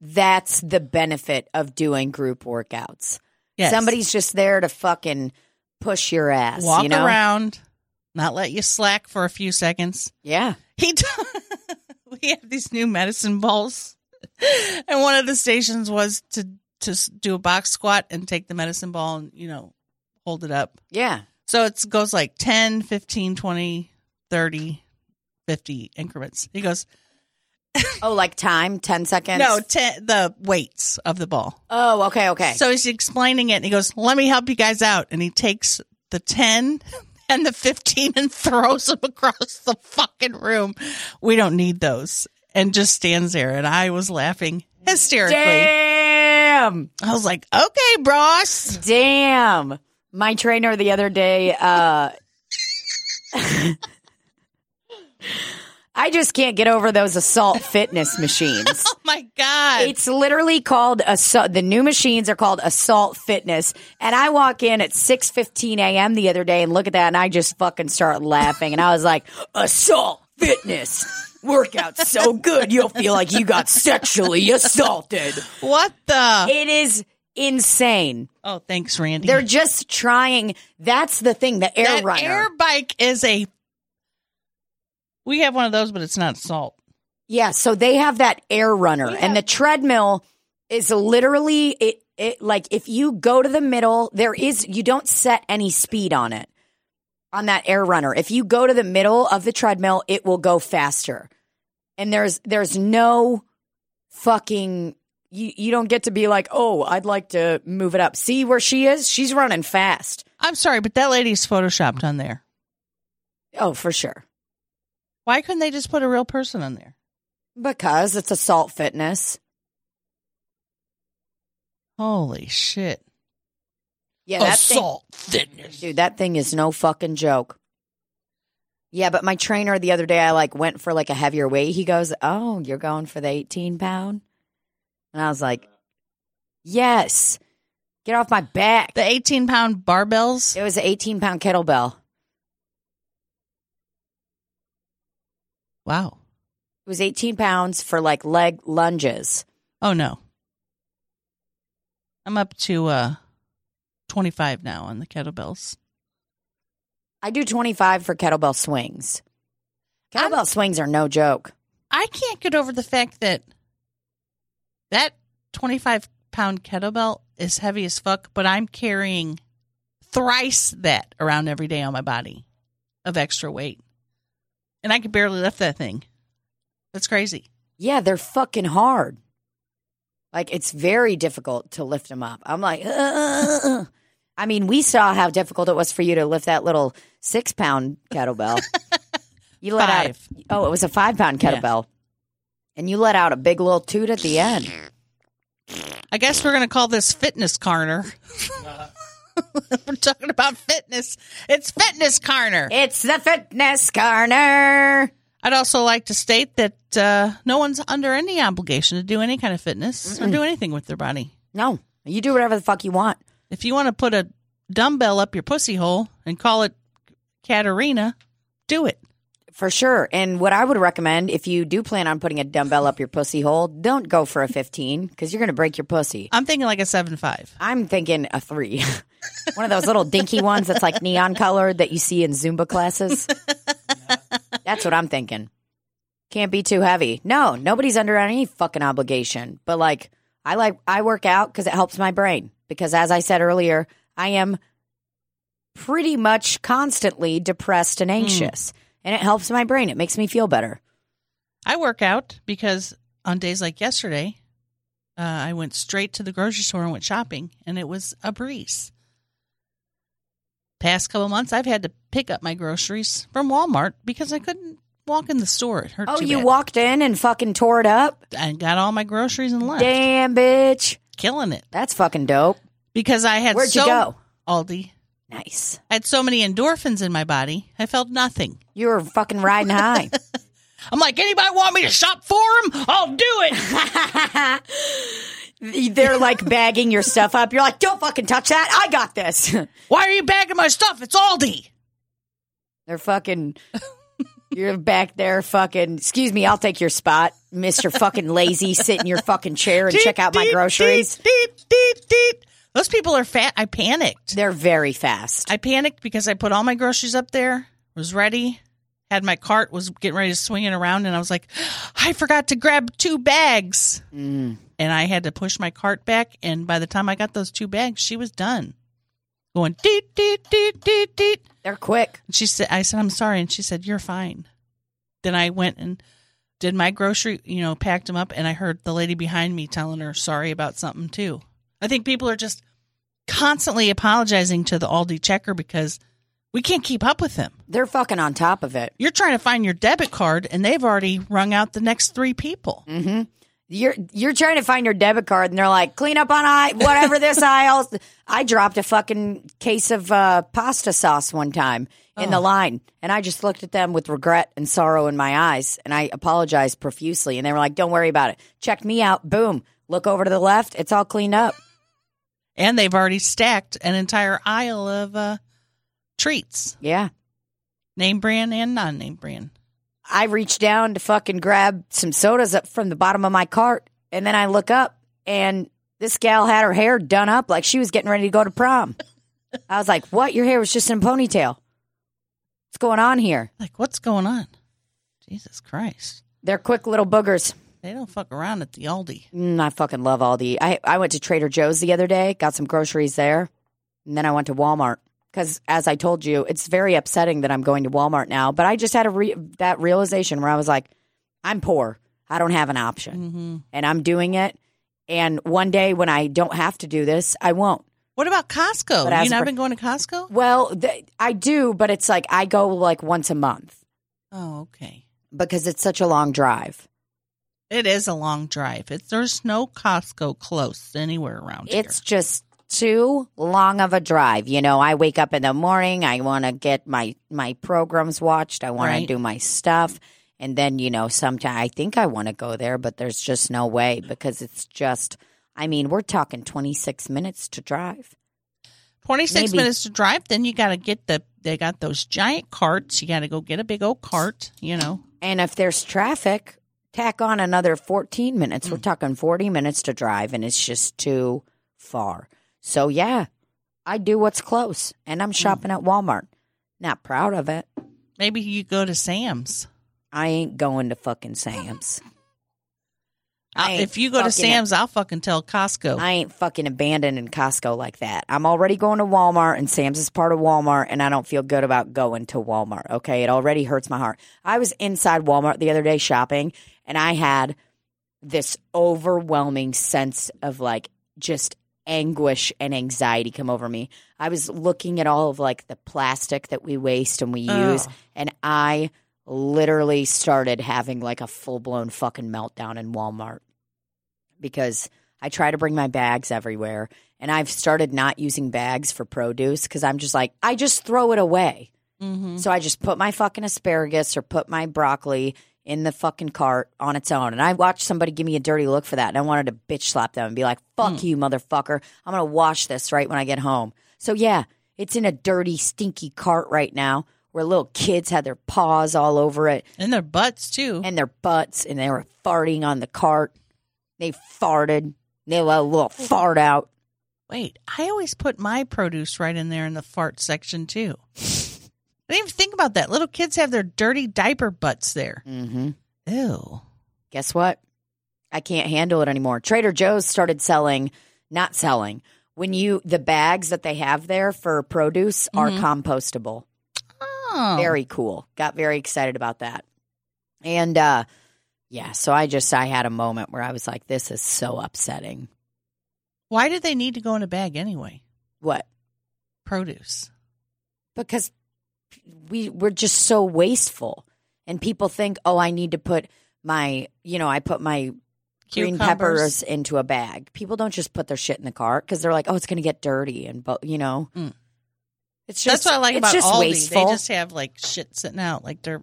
[SPEAKER 2] that's the benefit of doing group workouts.
[SPEAKER 1] Yes.
[SPEAKER 2] Somebody's just there to fucking push your ass.
[SPEAKER 1] walk
[SPEAKER 2] you know?
[SPEAKER 1] around, not let you slack for a few seconds.
[SPEAKER 2] Yeah.
[SPEAKER 1] He t- we have these new medicine balls, and one of the stations was to to s- do a box squat and take the medicine ball and you know hold it up.
[SPEAKER 2] Yeah.
[SPEAKER 1] So it goes like 10, 15, 20, 30, 50 increments. He goes,
[SPEAKER 2] Oh, like time, ten seconds.
[SPEAKER 1] no, ten, the weights of the ball.
[SPEAKER 2] Oh, okay, okay.
[SPEAKER 1] So he's explaining it and he goes, let me help you guys out. And he takes the 10 and the 15 and throws them across the fucking room. We don't need those. And just stands there. And I was laughing hysterically.
[SPEAKER 2] damn,
[SPEAKER 1] I was like, okay, bros.
[SPEAKER 2] damn. My trainer the other day. uh I just can't get over those assault fitness machines.
[SPEAKER 1] Oh my God.
[SPEAKER 2] It's literally called assault. The new machines are called Assault Fitness, and I walk in at six fifteen a.m. the other day and look at that, and I just fucking start laughing, and I was like, Assault Fitness workout so good you'll feel like you got sexually assaulted.
[SPEAKER 1] what the?
[SPEAKER 2] It is insane.
[SPEAKER 1] Oh, thanks, Randy.
[SPEAKER 2] They're just trying. That's the thing. The air
[SPEAKER 1] that
[SPEAKER 2] runner.
[SPEAKER 1] air bike is a. We have one of those, but it's not salt.
[SPEAKER 2] yeah. So they have that air runner, and the treadmill is literally it. It like if you go to the middle, there is you don't set any speed on it on that air runner. If you go to the middle of the treadmill, it will go faster. And there's there's no fucking you you don't get to be like, "Oh, I'd like to move it up." See where she is? She's running fast.
[SPEAKER 1] I'm sorry, but that lady's photoshopped on there.
[SPEAKER 2] Oh, for sure.
[SPEAKER 1] Why couldn't they just put a real person on there?
[SPEAKER 2] Because it's assault fitness.
[SPEAKER 1] Holy shit!
[SPEAKER 2] Yeah,
[SPEAKER 1] Oh,
[SPEAKER 2] that thing,
[SPEAKER 1] Assault fitness.
[SPEAKER 2] dude, that thing is no fucking joke. Yeah, but my trainer the other day, I like went for like a heavier weight. He goes, "Oh, you're going for the 18 pound," and I was like, "Yes, get off my back."
[SPEAKER 1] The 18 pound barbells.
[SPEAKER 2] It was an 18 pound kettlebell.
[SPEAKER 1] Wow.
[SPEAKER 2] It was 18 pounds for like leg lunges.
[SPEAKER 1] Oh no. I'm up to uh 25 now on the kettlebells.
[SPEAKER 2] I do 25 for kettlebell swings. Kettlebell swings are no joke.
[SPEAKER 1] I can't get over the fact that that 25 pound kettlebell is heavy as fuck, but I'm carrying thrice that around every day on my body of extra weight. And I could barely lift that thing. That's crazy.
[SPEAKER 2] Yeah, they're fucking hard. Like it's very difficult to lift them up. I'm like, "Ugh." I mean, we saw how difficult it was for you to lift that little six pound kettlebell. you let
[SPEAKER 1] Five.
[SPEAKER 2] out. Oh, it was a five pound kettlebell, and you let out a big little toot at the end.
[SPEAKER 1] I guess we're going to call this fitness corner. we're talking about fitness. It's fitness corner.
[SPEAKER 2] It's the fitness corner.
[SPEAKER 1] I'd also like to state that uh, no one's under any obligation to do any kind of fitness or do anything with their body.
[SPEAKER 2] No, you do whatever the fuck you want.
[SPEAKER 1] If you want to put a dumbbell up your pussy hole and call it Katarina, do it.
[SPEAKER 2] For sure. And what I would recommend if you do plan on putting a dumbbell up your pussy hole, don't go for a 15 because you're going to break your pussy.
[SPEAKER 1] I'm thinking like a seven five.
[SPEAKER 2] I'm thinking a three. One of those little dinky ones that's like neon colored that you see in Zumba classes. That's what I'm thinking. Can't be too heavy. No, nobody's under any fucking obligation. But like, I like, I work out because it helps my brain. Because as I said earlier, I am pretty much constantly depressed
[SPEAKER 1] Hmm.
[SPEAKER 2] and anxious. And it helps my brain. It makes me feel better.
[SPEAKER 1] I work out because on days like yesterday, uh, I went straight to the grocery store and went shopping, and it was a breeze. Past couple months, I've had to pick up my groceries from Walmart because I couldn't walk in the store. It hurt.
[SPEAKER 2] Oh,
[SPEAKER 1] too
[SPEAKER 2] you
[SPEAKER 1] bad.
[SPEAKER 2] walked in and fucking tore it up?
[SPEAKER 1] and got all my groceries and left.
[SPEAKER 2] Damn, bitch.
[SPEAKER 1] Killing it
[SPEAKER 2] That's fucking dope.
[SPEAKER 1] because I had
[SPEAKER 2] Where'd you
[SPEAKER 1] so
[SPEAKER 2] go?
[SPEAKER 1] Aldi.
[SPEAKER 2] Nice.
[SPEAKER 1] I had so many endorphins in my body. I felt nothing.
[SPEAKER 2] You were fucking riding high.
[SPEAKER 1] I'm like, anybody want me to shop for them? I'll do it.
[SPEAKER 2] They're like bagging your stuff up. You're like, don't fucking touch that. I got this.
[SPEAKER 1] Why are you bagging my stuff? It's Aldi.
[SPEAKER 2] They're fucking. You're back there, fucking. Excuse me, I'll take your spot, Mister Fucking Lazy. Sit in your fucking chair and check out my
[SPEAKER 1] Deep,
[SPEAKER 2] groceries.
[SPEAKER 1] Deep, deep, deep, deep. Those people are fat. I panicked.
[SPEAKER 2] They're very fast.
[SPEAKER 1] I panicked because I put all my groceries up there, was ready, had my cart, was getting ready to swing it around, and I was like, I forgot to grab two bags.
[SPEAKER 2] Mm.
[SPEAKER 1] And I had to push my cart back. And by the time I got those two bags, she was done going deet, deet, deet, deet, deet.
[SPEAKER 2] They're quick.
[SPEAKER 1] And she said, I said, I'm sorry. And she said, You're fine. Then I went and did my grocery, you know, packed them up. And I heard the lady behind me telling her sorry about something, too. I think people are just constantly apologizing to the Aldi checker because we can't keep up with them.
[SPEAKER 2] They're fucking on top of it.
[SPEAKER 1] You're trying to find your debit card, and they've already rung out the next three people.
[SPEAKER 2] You're you're trying to find your debit card, and they're like, clean up on I whatever this aisle. I dropped a fucking case of uh, pasta sauce one time in the line, and I just looked at them with regret and sorrow in my eyes, and I apologized profusely, and they were like, don't worry about it. Check me out. Boom. Look over to the left. It's all cleaned up.
[SPEAKER 1] And they've already stacked an entire aisle of uh, treats,
[SPEAKER 2] Yeah.
[SPEAKER 1] name brand and non name brand.
[SPEAKER 2] I reach down to fucking grab some sodas up from the bottom of my cart, and then I look up, and This gal had her hair done up like she was getting ready to go to prom. I was like, what? Your hair was just in a ponytail. What's going on here?
[SPEAKER 1] Like, what's going on? Jesus Christ.
[SPEAKER 2] They're quick little boogers.
[SPEAKER 1] They don't fuck around at the Aldi.
[SPEAKER 2] Mm, I fucking love Aldi. I, I went to Trader Joe's the other day, got some groceries there, and then I went to Walmart. Because as I told you, it's very upsetting that I'm going to Walmart now. But I just had a re- that realization where I was like, I'm poor. I don't have an option. And I'm doing it. And one day when I don't have to do this, I won't.
[SPEAKER 1] What about Costco?
[SPEAKER 2] But
[SPEAKER 1] Have
[SPEAKER 2] as
[SPEAKER 1] you not
[SPEAKER 2] for-
[SPEAKER 1] been going to Costco?
[SPEAKER 2] Well, th- I do, but it's like I go like once a month
[SPEAKER 1] Oh, okay.
[SPEAKER 2] because it's such a long drive.
[SPEAKER 1] It is a long drive. It's, there's no Costco close anywhere around here.
[SPEAKER 2] It's just too long of a drive. You know, I wake up in the morning, I want to get my my programs watched, I want
[SPEAKER 1] Right.
[SPEAKER 2] to do my stuff, and then you know, sometimes I think I want to go there, but there's just no way because it's just I mean, we're talking 26 minutes to drive.
[SPEAKER 1] 26
[SPEAKER 2] maybe-
[SPEAKER 1] minutes to drive. Then you got to get the, they got those giant carts. You got to go get a big old cart, you know.
[SPEAKER 2] And if there's traffic, tack on another 14 minutes. We're talking 40 minutes to drive, and it's just too far. So, yeah, I do what's close, and I'm shopping at Walmart. Not proud of it.
[SPEAKER 1] Maybe you go to Sam's.
[SPEAKER 2] I ain't going to fucking Sam's. I
[SPEAKER 1] I'll-
[SPEAKER 2] ain't
[SPEAKER 1] Uh, if you go to
[SPEAKER 2] fucking it.
[SPEAKER 1] Sam's, I'll fucking tell Costco.
[SPEAKER 2] I ain't fucking abandoning Costco like that. I'm already going to Walmart, and Sam's is part of Walmart, and I don't feel good about going to Walmart. Okay, it already hurts my heart. I was inside Walmart the other day shopping, and I had this overwhelming sense of like just anguish and anxiety come over me. I was looking at all of like the plastic that we waste and we use,
[SPEAKER 1] Ugh.
[SPEAKER 2] and I literally started having like a full blown fucking meltdown in Walmart because I try to bring my bags everywhere. And I've started not using bags for produce because I'm just like, I just throw it away.
[SPEAKER 1] mm-hmm.
[SPEAKER 2] So I just put my fucking asparagus or put my broccoli in the fucking cart on its own. And I watched somebody give me a dirty look for that. And I wanted to bitch slap them and be like, fuck you, motherfucker. I'm going to wash this right when I get home. So yeah, it's in a dirty, stinky cart right now where little kids had their paws all over it
[SPEAKER 1] And their butts, too.
[SPEAKER 2] and their butts and they were farting on the cart. They farted. They let a little fart out.
[SPEAKER 1] Wait, I always put my produce right in there in the fart section too. I didn't even think about that. Little kids have their dirty diaper butts there.
[SPEAKER 2] Mm-hmm.
[SPEAKER 1] Ew.
[SPEAKER 2] Guess what? I can't handle it anymore. Trader Joe's started selling, not selling. When you the bags that they have there for produce are
[SPEAKER 1] Mhm.
[SPEAKER 2] compostable.
[SPEAKER 1] Oh.
[SPEAKER 2] Very cool. Got very excited about that. And uh yeah, so I just I had a moment where I was like, this is so upsetting.
[SPEAKER 1] Why do they need to go in a bag anyway?
[SPEAKER 2] What?
[SPEAKER 1] Produce.
[SPEAKER 2] because we we're just so wasteful and people think oh i need to put my you know i put my green
[SPEAKER 1] Cucumbers.
[SPEAKER 2] peppers into a bag people don't just put their shit in the car because they're like oh it's gonna get dirty and but you know
[SPEAKER 1] Mm.
[SPEAKER 2] it's
[SPEAKER 1] That's what I like
[SPEAKER 2] it's
[SPEAKER 1] about
[SPEAKER 2] just
[SPEAKER 1] Aldi.
[SPEAKER 2] wasteful
[SPEAKER 1] They just have like shit sitting out, like their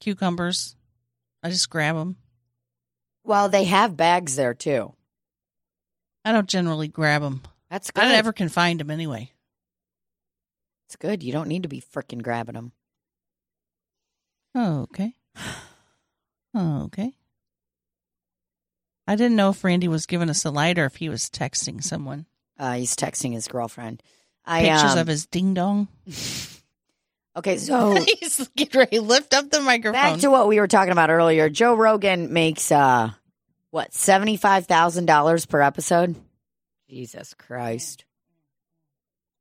[SPEAKER 1] cucumbers. I just grab them.
[SPEAKER 2] well they have bags there too
[SPEAKER 1] I don't generally grab them.
[SPEAKER 2] that's good
[SPEAKER 1] I never can find them anyway.
[SPEAKER 2] it's good you don't need to be freaking grabbing them
[SPEAKER 1] Oh, okay. Oh, okay. I didn't know if Randy was giving us a light or if he was texting someone.
[SPEAKER 2] uh, he's texting his girlfriend i
[SPEAKER 1] Pictures
[SPEAKER 2] um,
[SPEAKER 1] of his ding dong.
[SPEAKER 2] okay so
[SPEAKER 1] He's getting ready to lift up the microphone.
[SPEAKER 2] Back to what we were talking about earlier. Joe Rogan makes uh what seventy five thousand dollars per episode. Jesus Christ.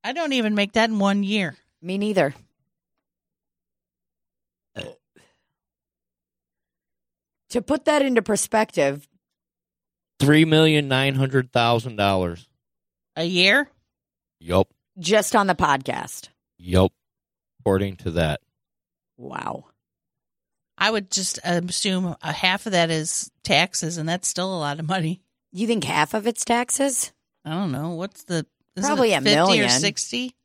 [SPEAKER 1] I don't even make that in one year.
[SPEAKER 2] Me neither. to put that into perspective,
[SPEAKER 3] Three million nine hundred thousand dollars.
[SPEAKER 1] A year?
[SPEAKER 3] Yup.
[SPEAKER 2] just on the podcast.
[SPEAKER 3] Yup. According to that.
[SPEAKER 2] Wow.
[SPEAKER 1] I would just assume a half of that is taxes, and that's still a lot of money.
[SPEAKER 2] You think half of it's taxes?
[SPEAKER 1] I don't know. What's the isn't
[SPEAKER 2] Probably
[SPEAKER 1] it
[SPEAKER 2] a
[SPEAKER 1] 50 or
[SPEAKER 2] million.
[SPEAKER 1] 60?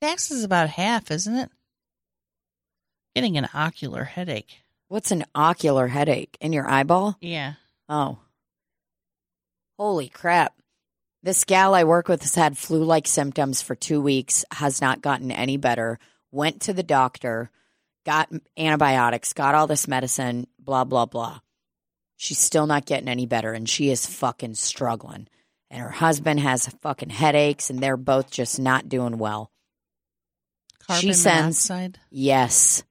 [SPEAKER 1] Taxes is about half, isn't it? Getting an ocular headache.
[SPEAKER 2] What's an ocular headache? In your eyeball?
[SPEAKER 1] Yeah.
[SPEAKER 2] Oh. Holy crap. This gal I work with has had flu like symptoms for two weeks, has not gotten any better, went to the doctor, got antibiotics, got all this medicine, blah, blah, blah. She's still not getting any better and she is fucking struggling. And her husband has fucking headaches and they're both just not doing well.
[SPEAKER 1] Carbon
[SPEAKER 2] She sends-
[SPEAKER 1] monoxide.
[SPEAKER 2] Yes.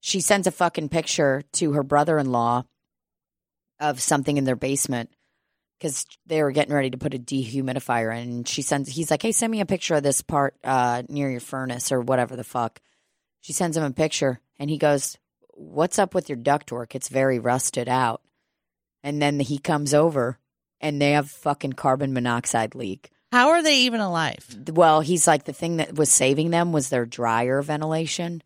[SPEAKER 2] She sends a fucking picture to her brother in law of something in their basement because they were getting ready to put a dehumidifier in. And she sends, he's like, hey, send me a picture of this part uh, near your furnace or whatever the fuck. She sends him a picture and he goes, what's up with your ductwork? It's very rusted out. And then he comes over and they have fucking carbon monoxide leak.
[SPEAKER 1] How are they even alive?
[SPEAKER 2] Well, he's like the thing that was saving them was their dryer ventilation.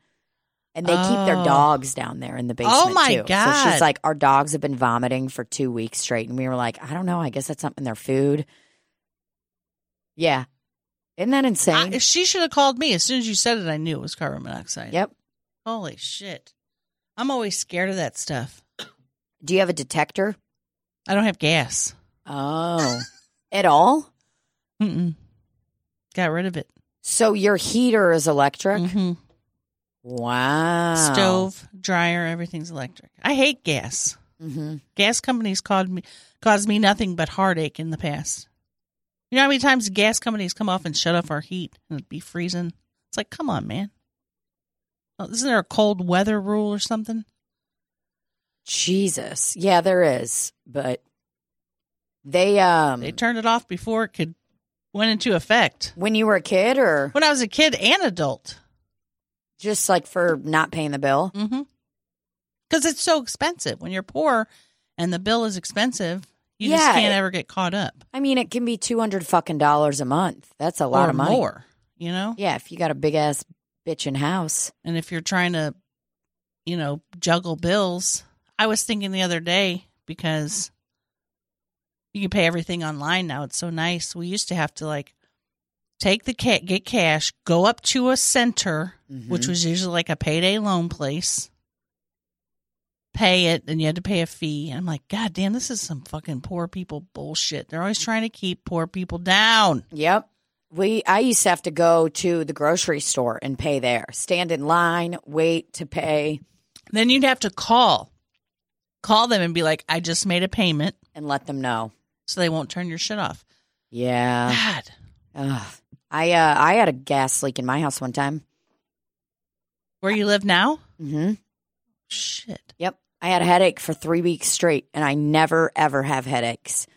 [SPEAKER 2] And they keep their
[SPEAKER 1] Oh.
[SPEAKER 2] dogs down there in the basement.
[SPEAKER 1] my
[SPEAKER 2] too. So she's
[SPEAKER 1] God.
[SPEAKER 2] like, our dogs have been vomiting for two weeks straight, and we were like, I don't know. I guess that's something in their food. Yeah, isn't that insane?
[SPEAKER 1] I, she should have called me as soon as you said it. I knew it was carbon monoxide.
[SPEAKER 2] yep.
[SPEAKER 1] Holy shit! I'm always scared of that stuff.
[SPEAKER 2] Do you have a detector?
[SPEAKER 1] I don't have gas.
[SPEAKER 2] Oh, at all?
[SPEAKER 1] Mm-mm. Got rid of it.
[SPEAKER 2] So your heater is electric?
[SPEAKER 1] hmm
[SPEAKER 2] Wow.
[SPEAKER 1] Stove, dryer, everything's electric. I hate gas.
[SPEAKER 2] hmm
[SPEAKER 1] Gas companies caused me caused me nothing but heartache in the past. You know how many times gas companies come off and shut off our heat and it'd be freezing? It's like, come on, man. Oh, isn't there a cold weather rule or something?
[SPEAKER 2] Jesus. Yeah, there is, but they um
[SPEAKER 1] They turned it off before it could went into effect.
[SPEAKER 2] when you were a kid or
[SPEAKER 1] When I was a kid and adult,
[SPEAKER 2] just like for not paying the bill.
[SPEAKER 1] because Mm-hmm. it's so expensive. When you're poor and the bill is expensive, you
[SPEAKER 2] Yeah,
[SPEAKER 1] just can't
[SPEAKER 2] it-
[SPEAKER 1] ever get caught up.
[SPEAKER 2] I mean, it can be 200 fucking dollars a month. That's a lot
[SPEAKER 1] or
[SPEAKER 2] of money.
[SPEAKER 1] more. You know,
[SPEAKER 2] Yeah, if you got a big ass bitch in house.
[SPEAKER 1] And if you're trying to, you know, juggle bills, I was thinking the other day because you can pay everything online now. It's so nice. We used to have to like take the cat, get cash, go up to a center, which was usually like a payday loan place, pay it, and you had to pay a fee. And I'm like, God damn, this is some fucking poor people bullshit. They're always trying to keep poor people down.
[SPEAKER 2] Yep. We I used to have to go to the grocery store and pay there. Stand in line, wait to pay
[SPEAKER 1] Then you'd have to call, call them and be like, I just made a payment.
[SPEAKER 2] and let them know.
[SPEAKER 1] so they won't turn your shit off.
[SPEAKER 2] Yeah.
[SPEAKER 1] God,
[SPEAKER 2] Ugh. I uh I had a gas leak in my house one time.
[SPEAKER 1] where you live now?
[SPEAKER 2] Mhm.
[SPEAKER 1] Shit.
[SPEAKER 2] Yep. I had a headache for three weeks straight, and I never, ever have headaches.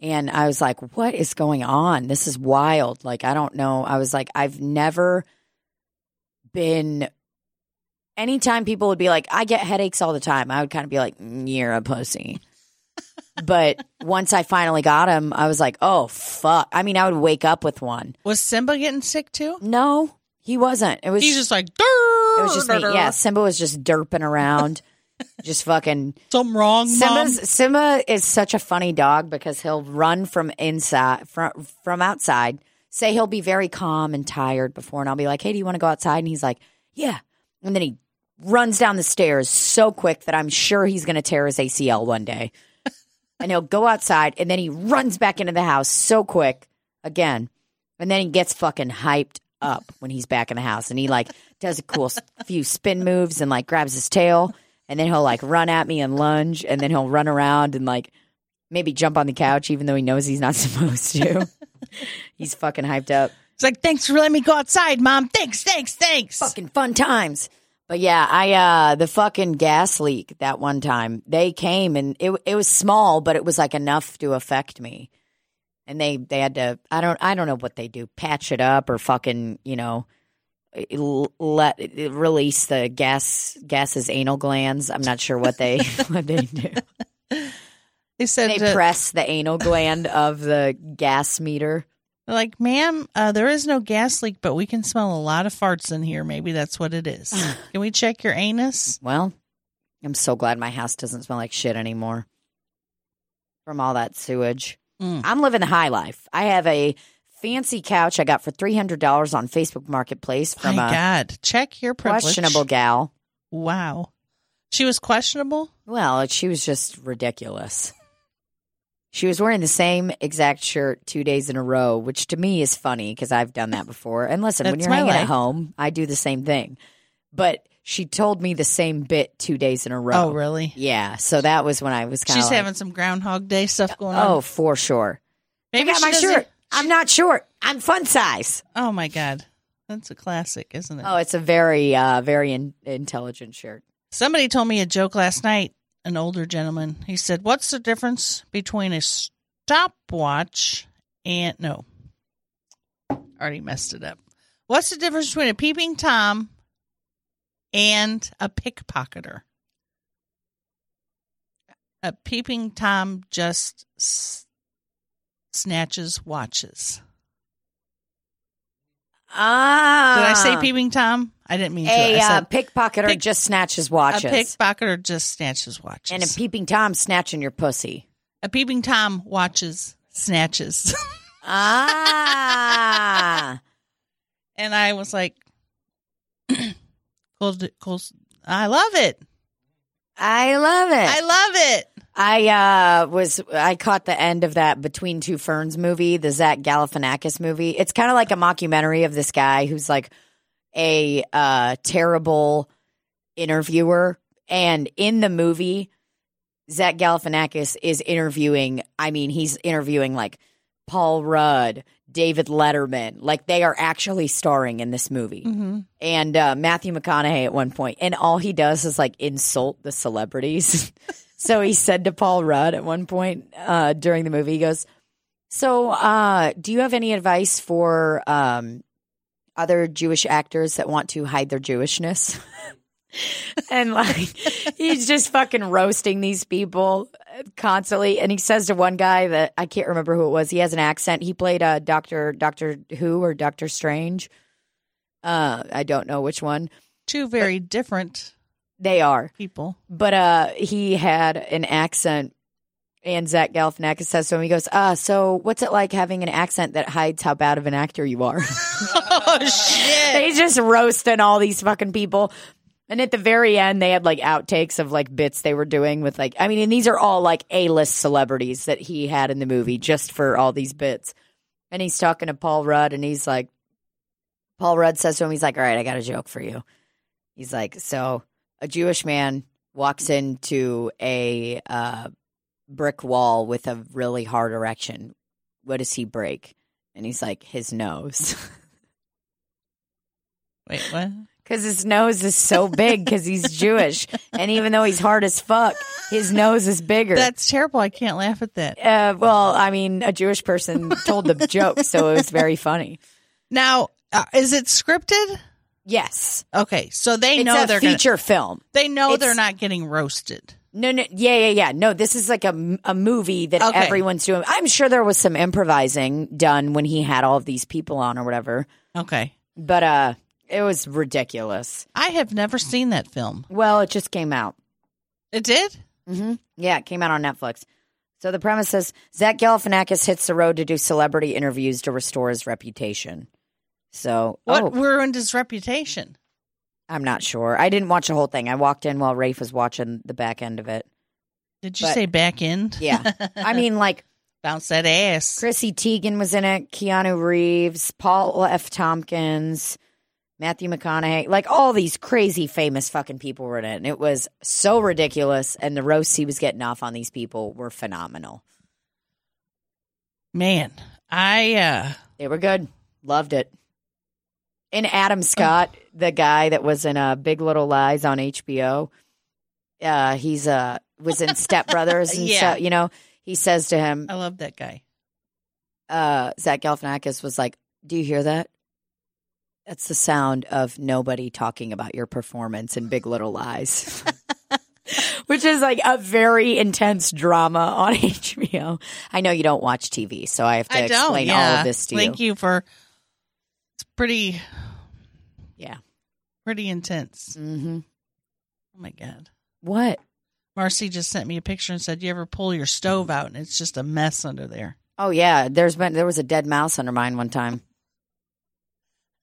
[SPEAKER 2] And I was like, what is going on? This is wild. Like, I don't know. I was like, I've never been. Anytime people would be like, I get headaches all the time, I would kind of be like, "Mm, you're a pussy. but once I finally got them, I was like, oh, fuck. I mean, I would wake up with one.
[SPEAKER 1] Was Simba getting sick too?
[SPEAKER 2] No, he wasn't. It was
[SPEAKER 1] He's just like,
[SPEAKER 2] it was just me. Yeah, Simba was just derping around, just fucking.
[SPEAKER 1] Something wrong, mom.
[SPEAKER 2] Simba's, Simba is such a funny dog because he'll run from inside from from outside. Say he'll be very calm and tired before, and I'll be like, "Hey, do you want to go outside?" And he's like, "Yeah," and then he runs down the stairs so quick that I'm sure he's going to tear his ACL one day. and he'll go outside, and then he runs back into the house so quick again, and then he gets fucking hyped up when he's back in the house, and he like does a cool s- few spin moves and like grabs his tail and then he'll like run at me and lunge and then he'll run around and like maybe jump on the couch even though he knows he's not supposed to he's fucking hyped up
[SPEAKER 1] It's like, thanks for letting me go outside, mom. Thanks, thanks, thanks.
[SPEAKER 2] fucking fun times but yeah i uh the fucking gas leak that one time they came and it, it was small but it was like enough to affect me and they they had to i don't i don't know what they do patch it up or fucking you know l- let release the gas gas's anal glands i'm not sure what they what they do
[SPEAKER 1] They said,
[SPEAKER 2] they
[SPEAKER 1] uh,
[SPEAKER 2] press the anal gland of the gas meter.
[SPEAKER 1] like, ma'am, uh, there is no gas leak, but we can smell a lot of farts in here. Maybe that's what it is. can we check your anus?
[SPEAKER 2] Well, I'm so glad my house doesn't smell like shit anymore from all that sewage.
[SPEAKER 1] Mm.
[SPEAKER 2] I'm living the high life. I have a fancy couch I got for $300 on Facebook Marketplace from
[SPEAKER 1] My
[SPEAKER 2] a
[SPEAKER 1] God, check your privilege.
[SPEAKER 2] questionable gal.
[SPEAKER 1] Wow, she was questionable.
[SPEAKER 2] Well, she was just ridiculous. She was wearing the same exact shirt two days in a row, which to me is funny because I've done that before. And listen, when
[SPEAKER 1] That's
[SPEAKER 2] you're
[SPEAKER 1] my
[SPEAKER 2] hanging at
[SPEAKER 1] life.
[SPEAKER 2] home, I do the same thing. But She told me the same bit two days in a row.
[SPEAKER 1] Oh, really?
[SPEAKER 2] Yeah. So that was when I was kind of.
[SPEAKER 1] She's having some Groundhog Day stuff going on.
[SPEAKER 2] Oh, for sure. I got
[SPEAKER 1] she
[SPEAKER 2] my
[SPEAKER 1] doesn't-
[SPEAKER 2] shirt. I'm not short. I'm fun size.
[SPEAKER 1] Oh my god, that's a classic, isn't it?
[SPEAKER 2] Oh, it's a very, uh, very in- intelligent shirt.
[SPEAKER 1] Somebody told me a joke last night. An older gentleman. He said, "What's the difference between a stopwatch and no?" Already messed it up. What's the difference between a peeping tom and a pickpocketer? A peeping tom just s- snatches watches.
[SPEAKER 2] Ah.
[SPEAKER 1] Did I say peeping tom? I didn't mean to.
[SPEAKER 2] A
[SPEAKER 1] I
[SPEAKER 2] uh,
[SPEAKER 1] said
[SPEAKER 2] pickpocketer
[SPEAKER 1] pick-
[SPEAKER 2] just snatches watches.
[SPEAKER 1] A pickpocketer just snatches watches.
[SPEAKER 2] and a peeping Tom snatching your pussy.
[SPEAKER 1] a peeping Tom watches snatches.
[SPEAKER 2] Ah.
[SPEAKER 1] and I was like, cool, cool. I love it.
[SPEAKER 2] I love it.
[SPEAKER 1] I love it.
[SPEAKER 2] I uh, was I caught the end of that Between Two Ferns movie, the Zach Galifianakis movie. It's kind of like a mockumentary of this guy who's like a uh, terrible interviewer, and in the movie, Zach Galifianakis is interviewing. I mean, he's interviewing like Paul Rudd, David Letterman. Like they are actually starring in this movie
[SPEAKER 1] Mm-hmm.
[SPEAKER 2] and uh, Matthew McConaughey at one point, and all he does is like insult the celebrities. so he said to Paul Rudd at one point uh, during the movie, he goes, "So, uh, do you have any advice for um, other Jewish actors that want to hide their Jewishness?" and like he's just fucking roasting these people constantly and he says to one guy that i can't remember who it was he has an accent he played uh, dr dr who or dr strange uh, I don't know which one
[SPEAKER 1] Two very different
[SPEAKER 2] they are,
[SPEAKER 1] people.
[SPEAKER 2] but uh, he had an accent. And Zach Galifianakis says to him, he goes, "Uh, so what's it like having an accent that hides how bad of an actor you are?"
[SPEAKER 1] oh shit!
[SPEAKER 2] they just roasting all these fucking people. And at the very end, they had like outtakes of like bits they were doing with like, I mean, and these are all like A list celebrities that he had in the movie just for all these bits. And he's talking to Paul Rudd and he's like, Paul Rudd says to him, he's like, all right, I got a joke for you. He's like, so a Jewish man walks into a uh, brick wall with a really hard erection. What does he break? And he's like, his nose.
[SPEAKER 1] Wait, what?
[SPEAKER 2] Because his nose is so big because he's Jewish. and even though he's hard as fuck, his nose is bigger.
[SPEAKER 1] That's terrible. I can't laugh at that.
[SPEAKER 2] uh, well, I mean, a Jewish person told the joke, so it was very funny.
[SPEAKER 1] Now, uh, is it scripted?
[SPEAKER 2] Yes.
[SPEAKER 1] Okay, so they
[SPEAKER 2] it's
[SPEAKER 1] know
[SPEAKER 2] a
[SPEAKER 1] they're gonna-
[SPEAKER 2] feature film.
[SPEAKER 1] they know
[SPEAKER 2] it's-
[SPEAKER 1] they're not getting roasted.
[SPEAKER 2] No, no, yeah, yeah, yeah. No, this is like a, m- a movie that
[SPEAKER 1] Okay.
[SPEAKER 2] everyone's doing. I'm sure there was some improvising done when he had all of these people on or whatever,
[SPEAKER 1] Okay,
[SPEAKER 2] but uh, it was ridiculous.
[SPEAKER 1] I have never seen that film.
[SPEAKER 2] Well, it just came out.
[SPEAKER 1] It did.
[SPEAKER 2] hmm Yeah, it came out on Netflix. So the premise is Zach Galifianakis hits the road to do celebrity interviews to restore his reputation. So
[SPEAKER 1] What
[SPEAKER 2] oh,
[SPEAKER 1] ruined his reputation?
[SPEAKER 2] I'm not sure. I didn't watch the whole thing. I walked in while Rafe was watching the back end of it.
[SPEAKER 1] Did you
[SPEAKER 2] But-
[SPEAKER 1] say back end?
[SPEAKER 2] Yeah. I mean, like
[SPEAKER 1] bounce that ass.
[SPEAKER 2] Chrissy Teigen was in it, Keanu Reeves, Paul F. Tompkins, Matthew McConaughey, like all these crazy famous fucking people were in it. And it was so ridiculous. And the roasts he was getting off on these people were phenomenal.
[SPEAKER 1] Man, I uh
[SPEAKER 2] They were good. Loved it. And Adam Scott, the guy that was in uh, Big Little Lies on HBO, uh, he's uh, was in Step Brothers and
[SPEAKER 1] Yeah.
[SPEAKER 2] stuff. You know, he says to him,
[SPEAKER 1] I love that guy.
[SPEAKER 2] uh, Zach Galifianakis was like, "Do you hear that? That's the sound of nobody talking about your performance in Big Little Lies." Which is like a very intense drama on HBO. I know you don't watch TV, so I have to
[SPEAKER 1] I don't
[SPEAKER 2] explain
[SPEAKER 1] yeah.
[SPEAKER 2] all of this to you.
[SPEAKER 1] Thank you for it's pretty
[SPEAKER 2] Yeah.
[SPEAKER 1] pretty intense.
[SPEAKER 2] Mm-hmm.
[SPEAKER 1] Oh my god.
[SPEAKER 2] What?
[SPEAKER 1] Marcy just sent me a picture and said, You ever pull your stove out and it's just a mess under there?
[SPEAKER 2] Oh yeah, there's been there was a dead mouse under mine one time.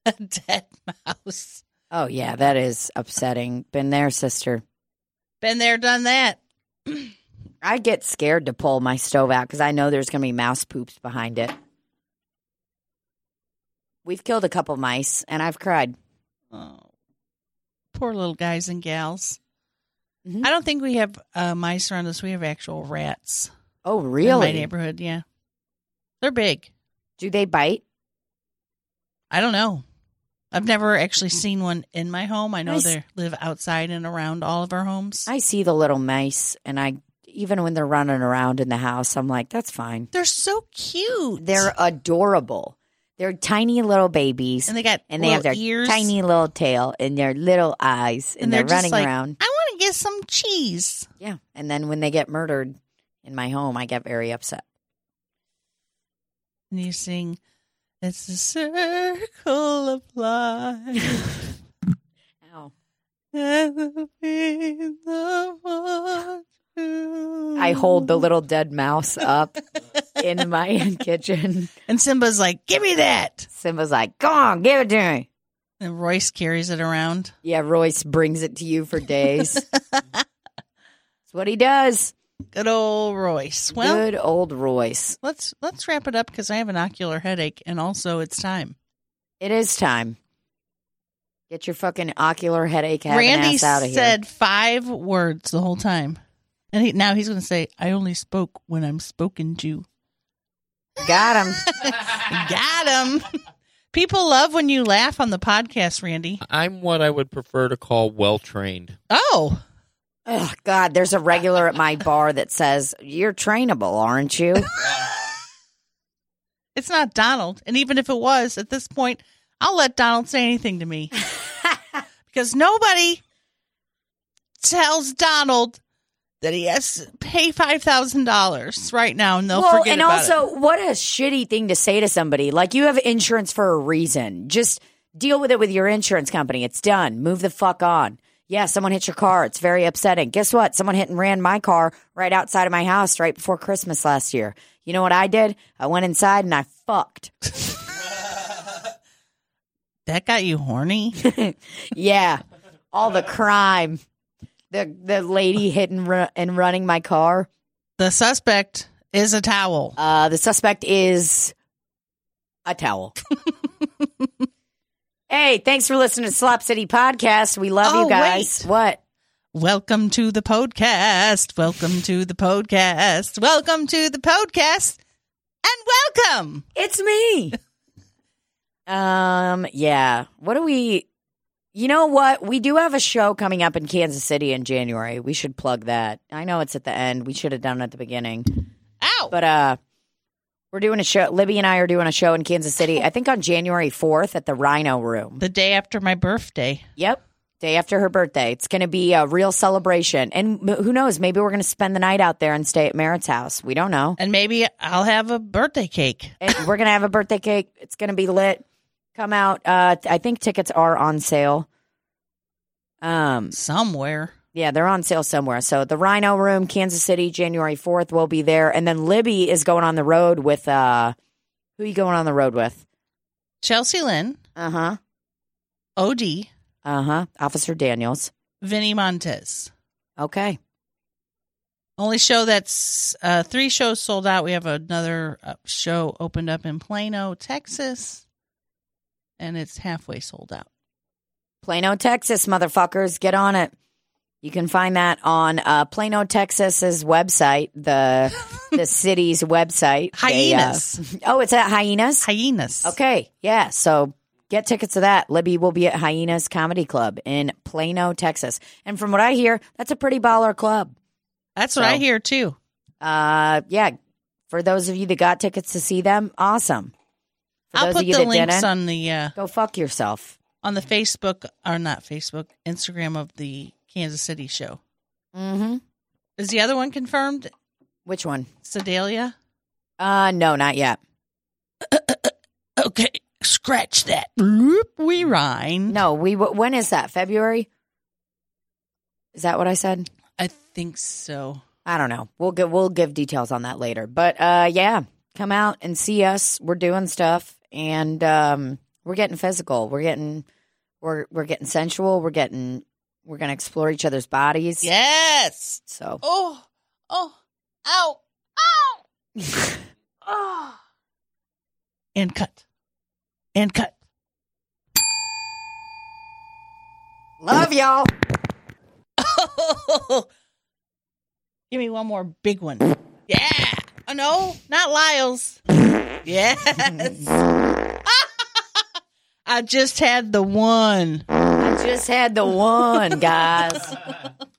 [SPEAKER 1] A dead mouse.
[SPEAKER 2] Oh yeah, that is upsetting. Been there, sister.
[SPEAKER 1] Been there, done that.
[SPEAKER 2] I get scared to pull my stove out because I know there's gonna be mouse poops behind it. We've killed a couple mice, and I've cried.
[SPEAKER 1] Oh. Poor little guys and gals.
[SPEAKER 2] Mhm.
[SPEAKER 1] I don't think we have uh, mice around us. We have actual rats
[SPEAKER 2] Oh,
[SPEAKER 1] in my
[SPEAKER 2] really?
[SPEAKER 1] neighborhood. Yeah, they're big.
[SPEAKER 2] Do they bite?
[SPEAKER 1] I don't know. I've never actually seen one in my home. I know
[SPEAKER 2] Nice.
[SPEAKER 1] they live outside and around all of our homes.
[SPEAKER 2] I see the little mice, and I even when they're running around in the house, I'm like, that's fine.
[SPEAKER 1] they're so cute.
[SPEAKER 2] They're adorable. They're tiny little babies,
[SPEAKER 1] and
[SPEAKER 2] and
[SPEAKER 1] they got
[SPEAKER 2] they,
[SPEAKER 1] little
[SPEAKER 2] have their
[SPEAKER 1] ears.
[SPEAKER 2] tiny little tail and their little eyes, and,
[SPEAKER 1] And
[SPEAKER 2] they're,
[SPEAKER 1] they're just
[SPEAKER 2] running
[SPEAKER 1] like-
[SPEAKER 2] around.
[SPEAKER 1] I want to get some cheese.
[SPEAKER 2] Yeah, and then when they get murdered in my home, I get very upset.
[SPEAKER 1] And you sing, "It's a circle of life."
[SPEAKER 2] Ow. I
[SPEAKER 1] I
[SPEAKER 2] hold the little dead mouse up in my kitchen.
[SPEAKER 1] And Simba's like, give me that.
[SPEAKER 2] Simba's like, "Go on, give it to me."
[SPEAKER 1] And Royce carries it around.
[SPEAKER 2] Yeah, Royce brings it to you for days. That's what he does.
[SPEAKER 1] Good old Royce. Well,
[SPEAKER 2] Good old Royce.
[SPEAKER 1] let's let's wrap it up because I have an ocular headache and also it's time.
[SPEAKER 2] It is time. Get your fucking ocular headache have an
[SPEAKER 1] Randy
[SPEAKER 2] ass out of
[SPEAKER 1] said five words the whole time. And he, now he's going to say, I only spoke when I'm spoken to.
[SPEAKER 2] here. Got him.
[SPEAKER 1] Got him. People love when you laugh on the podcast, Randy.
[SPEAKER 3] I'm what I would prefer to call well trained.
[SPEAKER 1] Oh,
[SPEAKER 2] Oh God, there's a regular at my bar that says you're trainable, aren't you?
[SPEAKER 1] it's not Donald. And even if it was, at this point, I'll let Donald say anything to me because nobody tells Donald that he has to pay five thousand dollars right now, and they'll
[SPEAKER 2] well,
[SPEAKER 1] forget
[SPEAKER 2] and
[SPEAKER 1] about it.
[SPEAKER 2] also, what a shitty thing to say to somebody. Like you have insurance for a reason. Just deal with it with your insurance company. It's done. Move the fuck on. Yeah, someone hit your car. It's very upsetting. Guess what? Someone hit and ran my car right outside of my house right before Christmas last year. You know what I did? I went inside and I fucked.
[SPEAKER 1] that got you horny.
[SPEAKER 2] Yeah. All the crime. The the lady hit and, ru- and running my car.
[SPEAKER 1] the suspect is a towel.
[SPEAKER 2] Uh, the suspect is a towel. hey, thanks for listening to Slop City Podcast. We love
[SPEAKER 1] Oh,
[SPEAKER 2] you guys.
[SPEAKER 1] wait.
[SPEAKER 2] What?
[SPEAKER 1] Welcome to the podcast. Welcome to the podcast. Welcome to the podcast. And welcome.
[SPEAKER 2] It's me. um, yeah. What do we you know what? We do have a show coming up in Kansas City in January. We should plug that. I know it's at the end. We should have done it at the beginning.
[SPEAKER 1] Ow.
[SPEAKER 2] But uh we're doing a show. Libby and I are doing a show in Kansas City. I think on January 4th at the Rhino Room.
[SPEAKER 1] the day after my birthday.
[SPEAKER 2] Yep. Day after her birthday. It's going to be a real celebration. And m- who knows? Maybe we're going to spend the night out there and stay at Merritt's house. We don't know.
[SPEAKER 1] And maybe I'll have a birthday cake.
[SPEAKER 2] And we're going to have a birthday cake. It's going to be lit. Come out. Uh, I think tickets are on sale. Um,
[SPEAKER 1] somewhere.
[SPEAKER 2] yeah, they're on sale somewhere. So the Rhino Room, Kansas City, January 4th, we'll be there. And then Libby is going on the road with, uh, who you going on the road with?
[SPEAKER 1] Chelsea Lynn,
[SPEAKER 2] Uh huh.
[SPEAKER 1] OD,
[SPEAKER 2] Uh huh. Officer Daniels.
[SPEAKER 1] Vinny Montez.
[SPEAKER 2] Okay.
[SPEAKER 1] Only show that's uh, three shows sold out. We have another uh, show opened up in Plano, Texas, and it's halfway sold out.
[SPEAKER 2] Plano, Texas, motherfuckers, get on it. You can find that on uh, Plano, Texas's website, the the city's website. They, uh,
[SPEAKER 1] Hyenas.
[SPEAKER 2] oh, it's at Hyenas.
[SPEAKER 1] Hyenas.
[SPEAKER 2] Okay, yeah. So get tickets to that. Libby will be at Hyenas Comedy Club in Plano, Texas. And from what I hear, that's a pretty baller club.
[SPEAKER 1] That's what I
[SPEAKER 2] So-
[SPEAKER 1] hear too.
[SPEAKER 2] Uh, yeah. For those of you that got tickets to see them, awesome. For
[SPEAKER 1] I'll
[SPEAKER 2] those
[SPEAKER 1] put
[SPEAKER 2] of you
[SPEAKER 1] the
[SPEAKER 2] that
[SPEAKER 1] links
[SPEAKER 2] didn't,
[SPEAKER 1] on the uh,
[SPEAKER 2] go fuck yourself.
[SPEAKER 1] on the Facebook or not Facebook, Instagram of the Kansas City show.
[SPEAKER 2] Mm-hmm.
[SPEAKER 1] Is the other one confirmed?
[SPEAKER 2] Which one?
[SPEAKER 1] Sedalia.
[SPEAKER 2] Uh, no, not yet.
[SPEAKER 1] Okay, scratch that. Bloop, we rhyme.
[SPEAKER 2] No, we. wh- When is that? February? Is that what I said?
[SPEAKER 1] I think so.
[SPEAKER 2] I don't know. We'll give we'll give details on that later. But uh, yeah, come out and see us. We're doing stuff, and um, we're getting physical. We're getting we're we're getting sensual. We're getting we're gonna explore each other's bodies.
[SPEAKER 1] Yes.
[SPEAKER 2] So
[SPEAKER 1] Oh, oh, ow, ow, oh. And cut. And cut.
[SPEAKER 2] Love y'all.
[SPEAKER 1] Give me one more big one. Yeah. Oh, no, not Lyle's. Yes. I just had the one.
[SPEAKER 2] I just had the one, guys.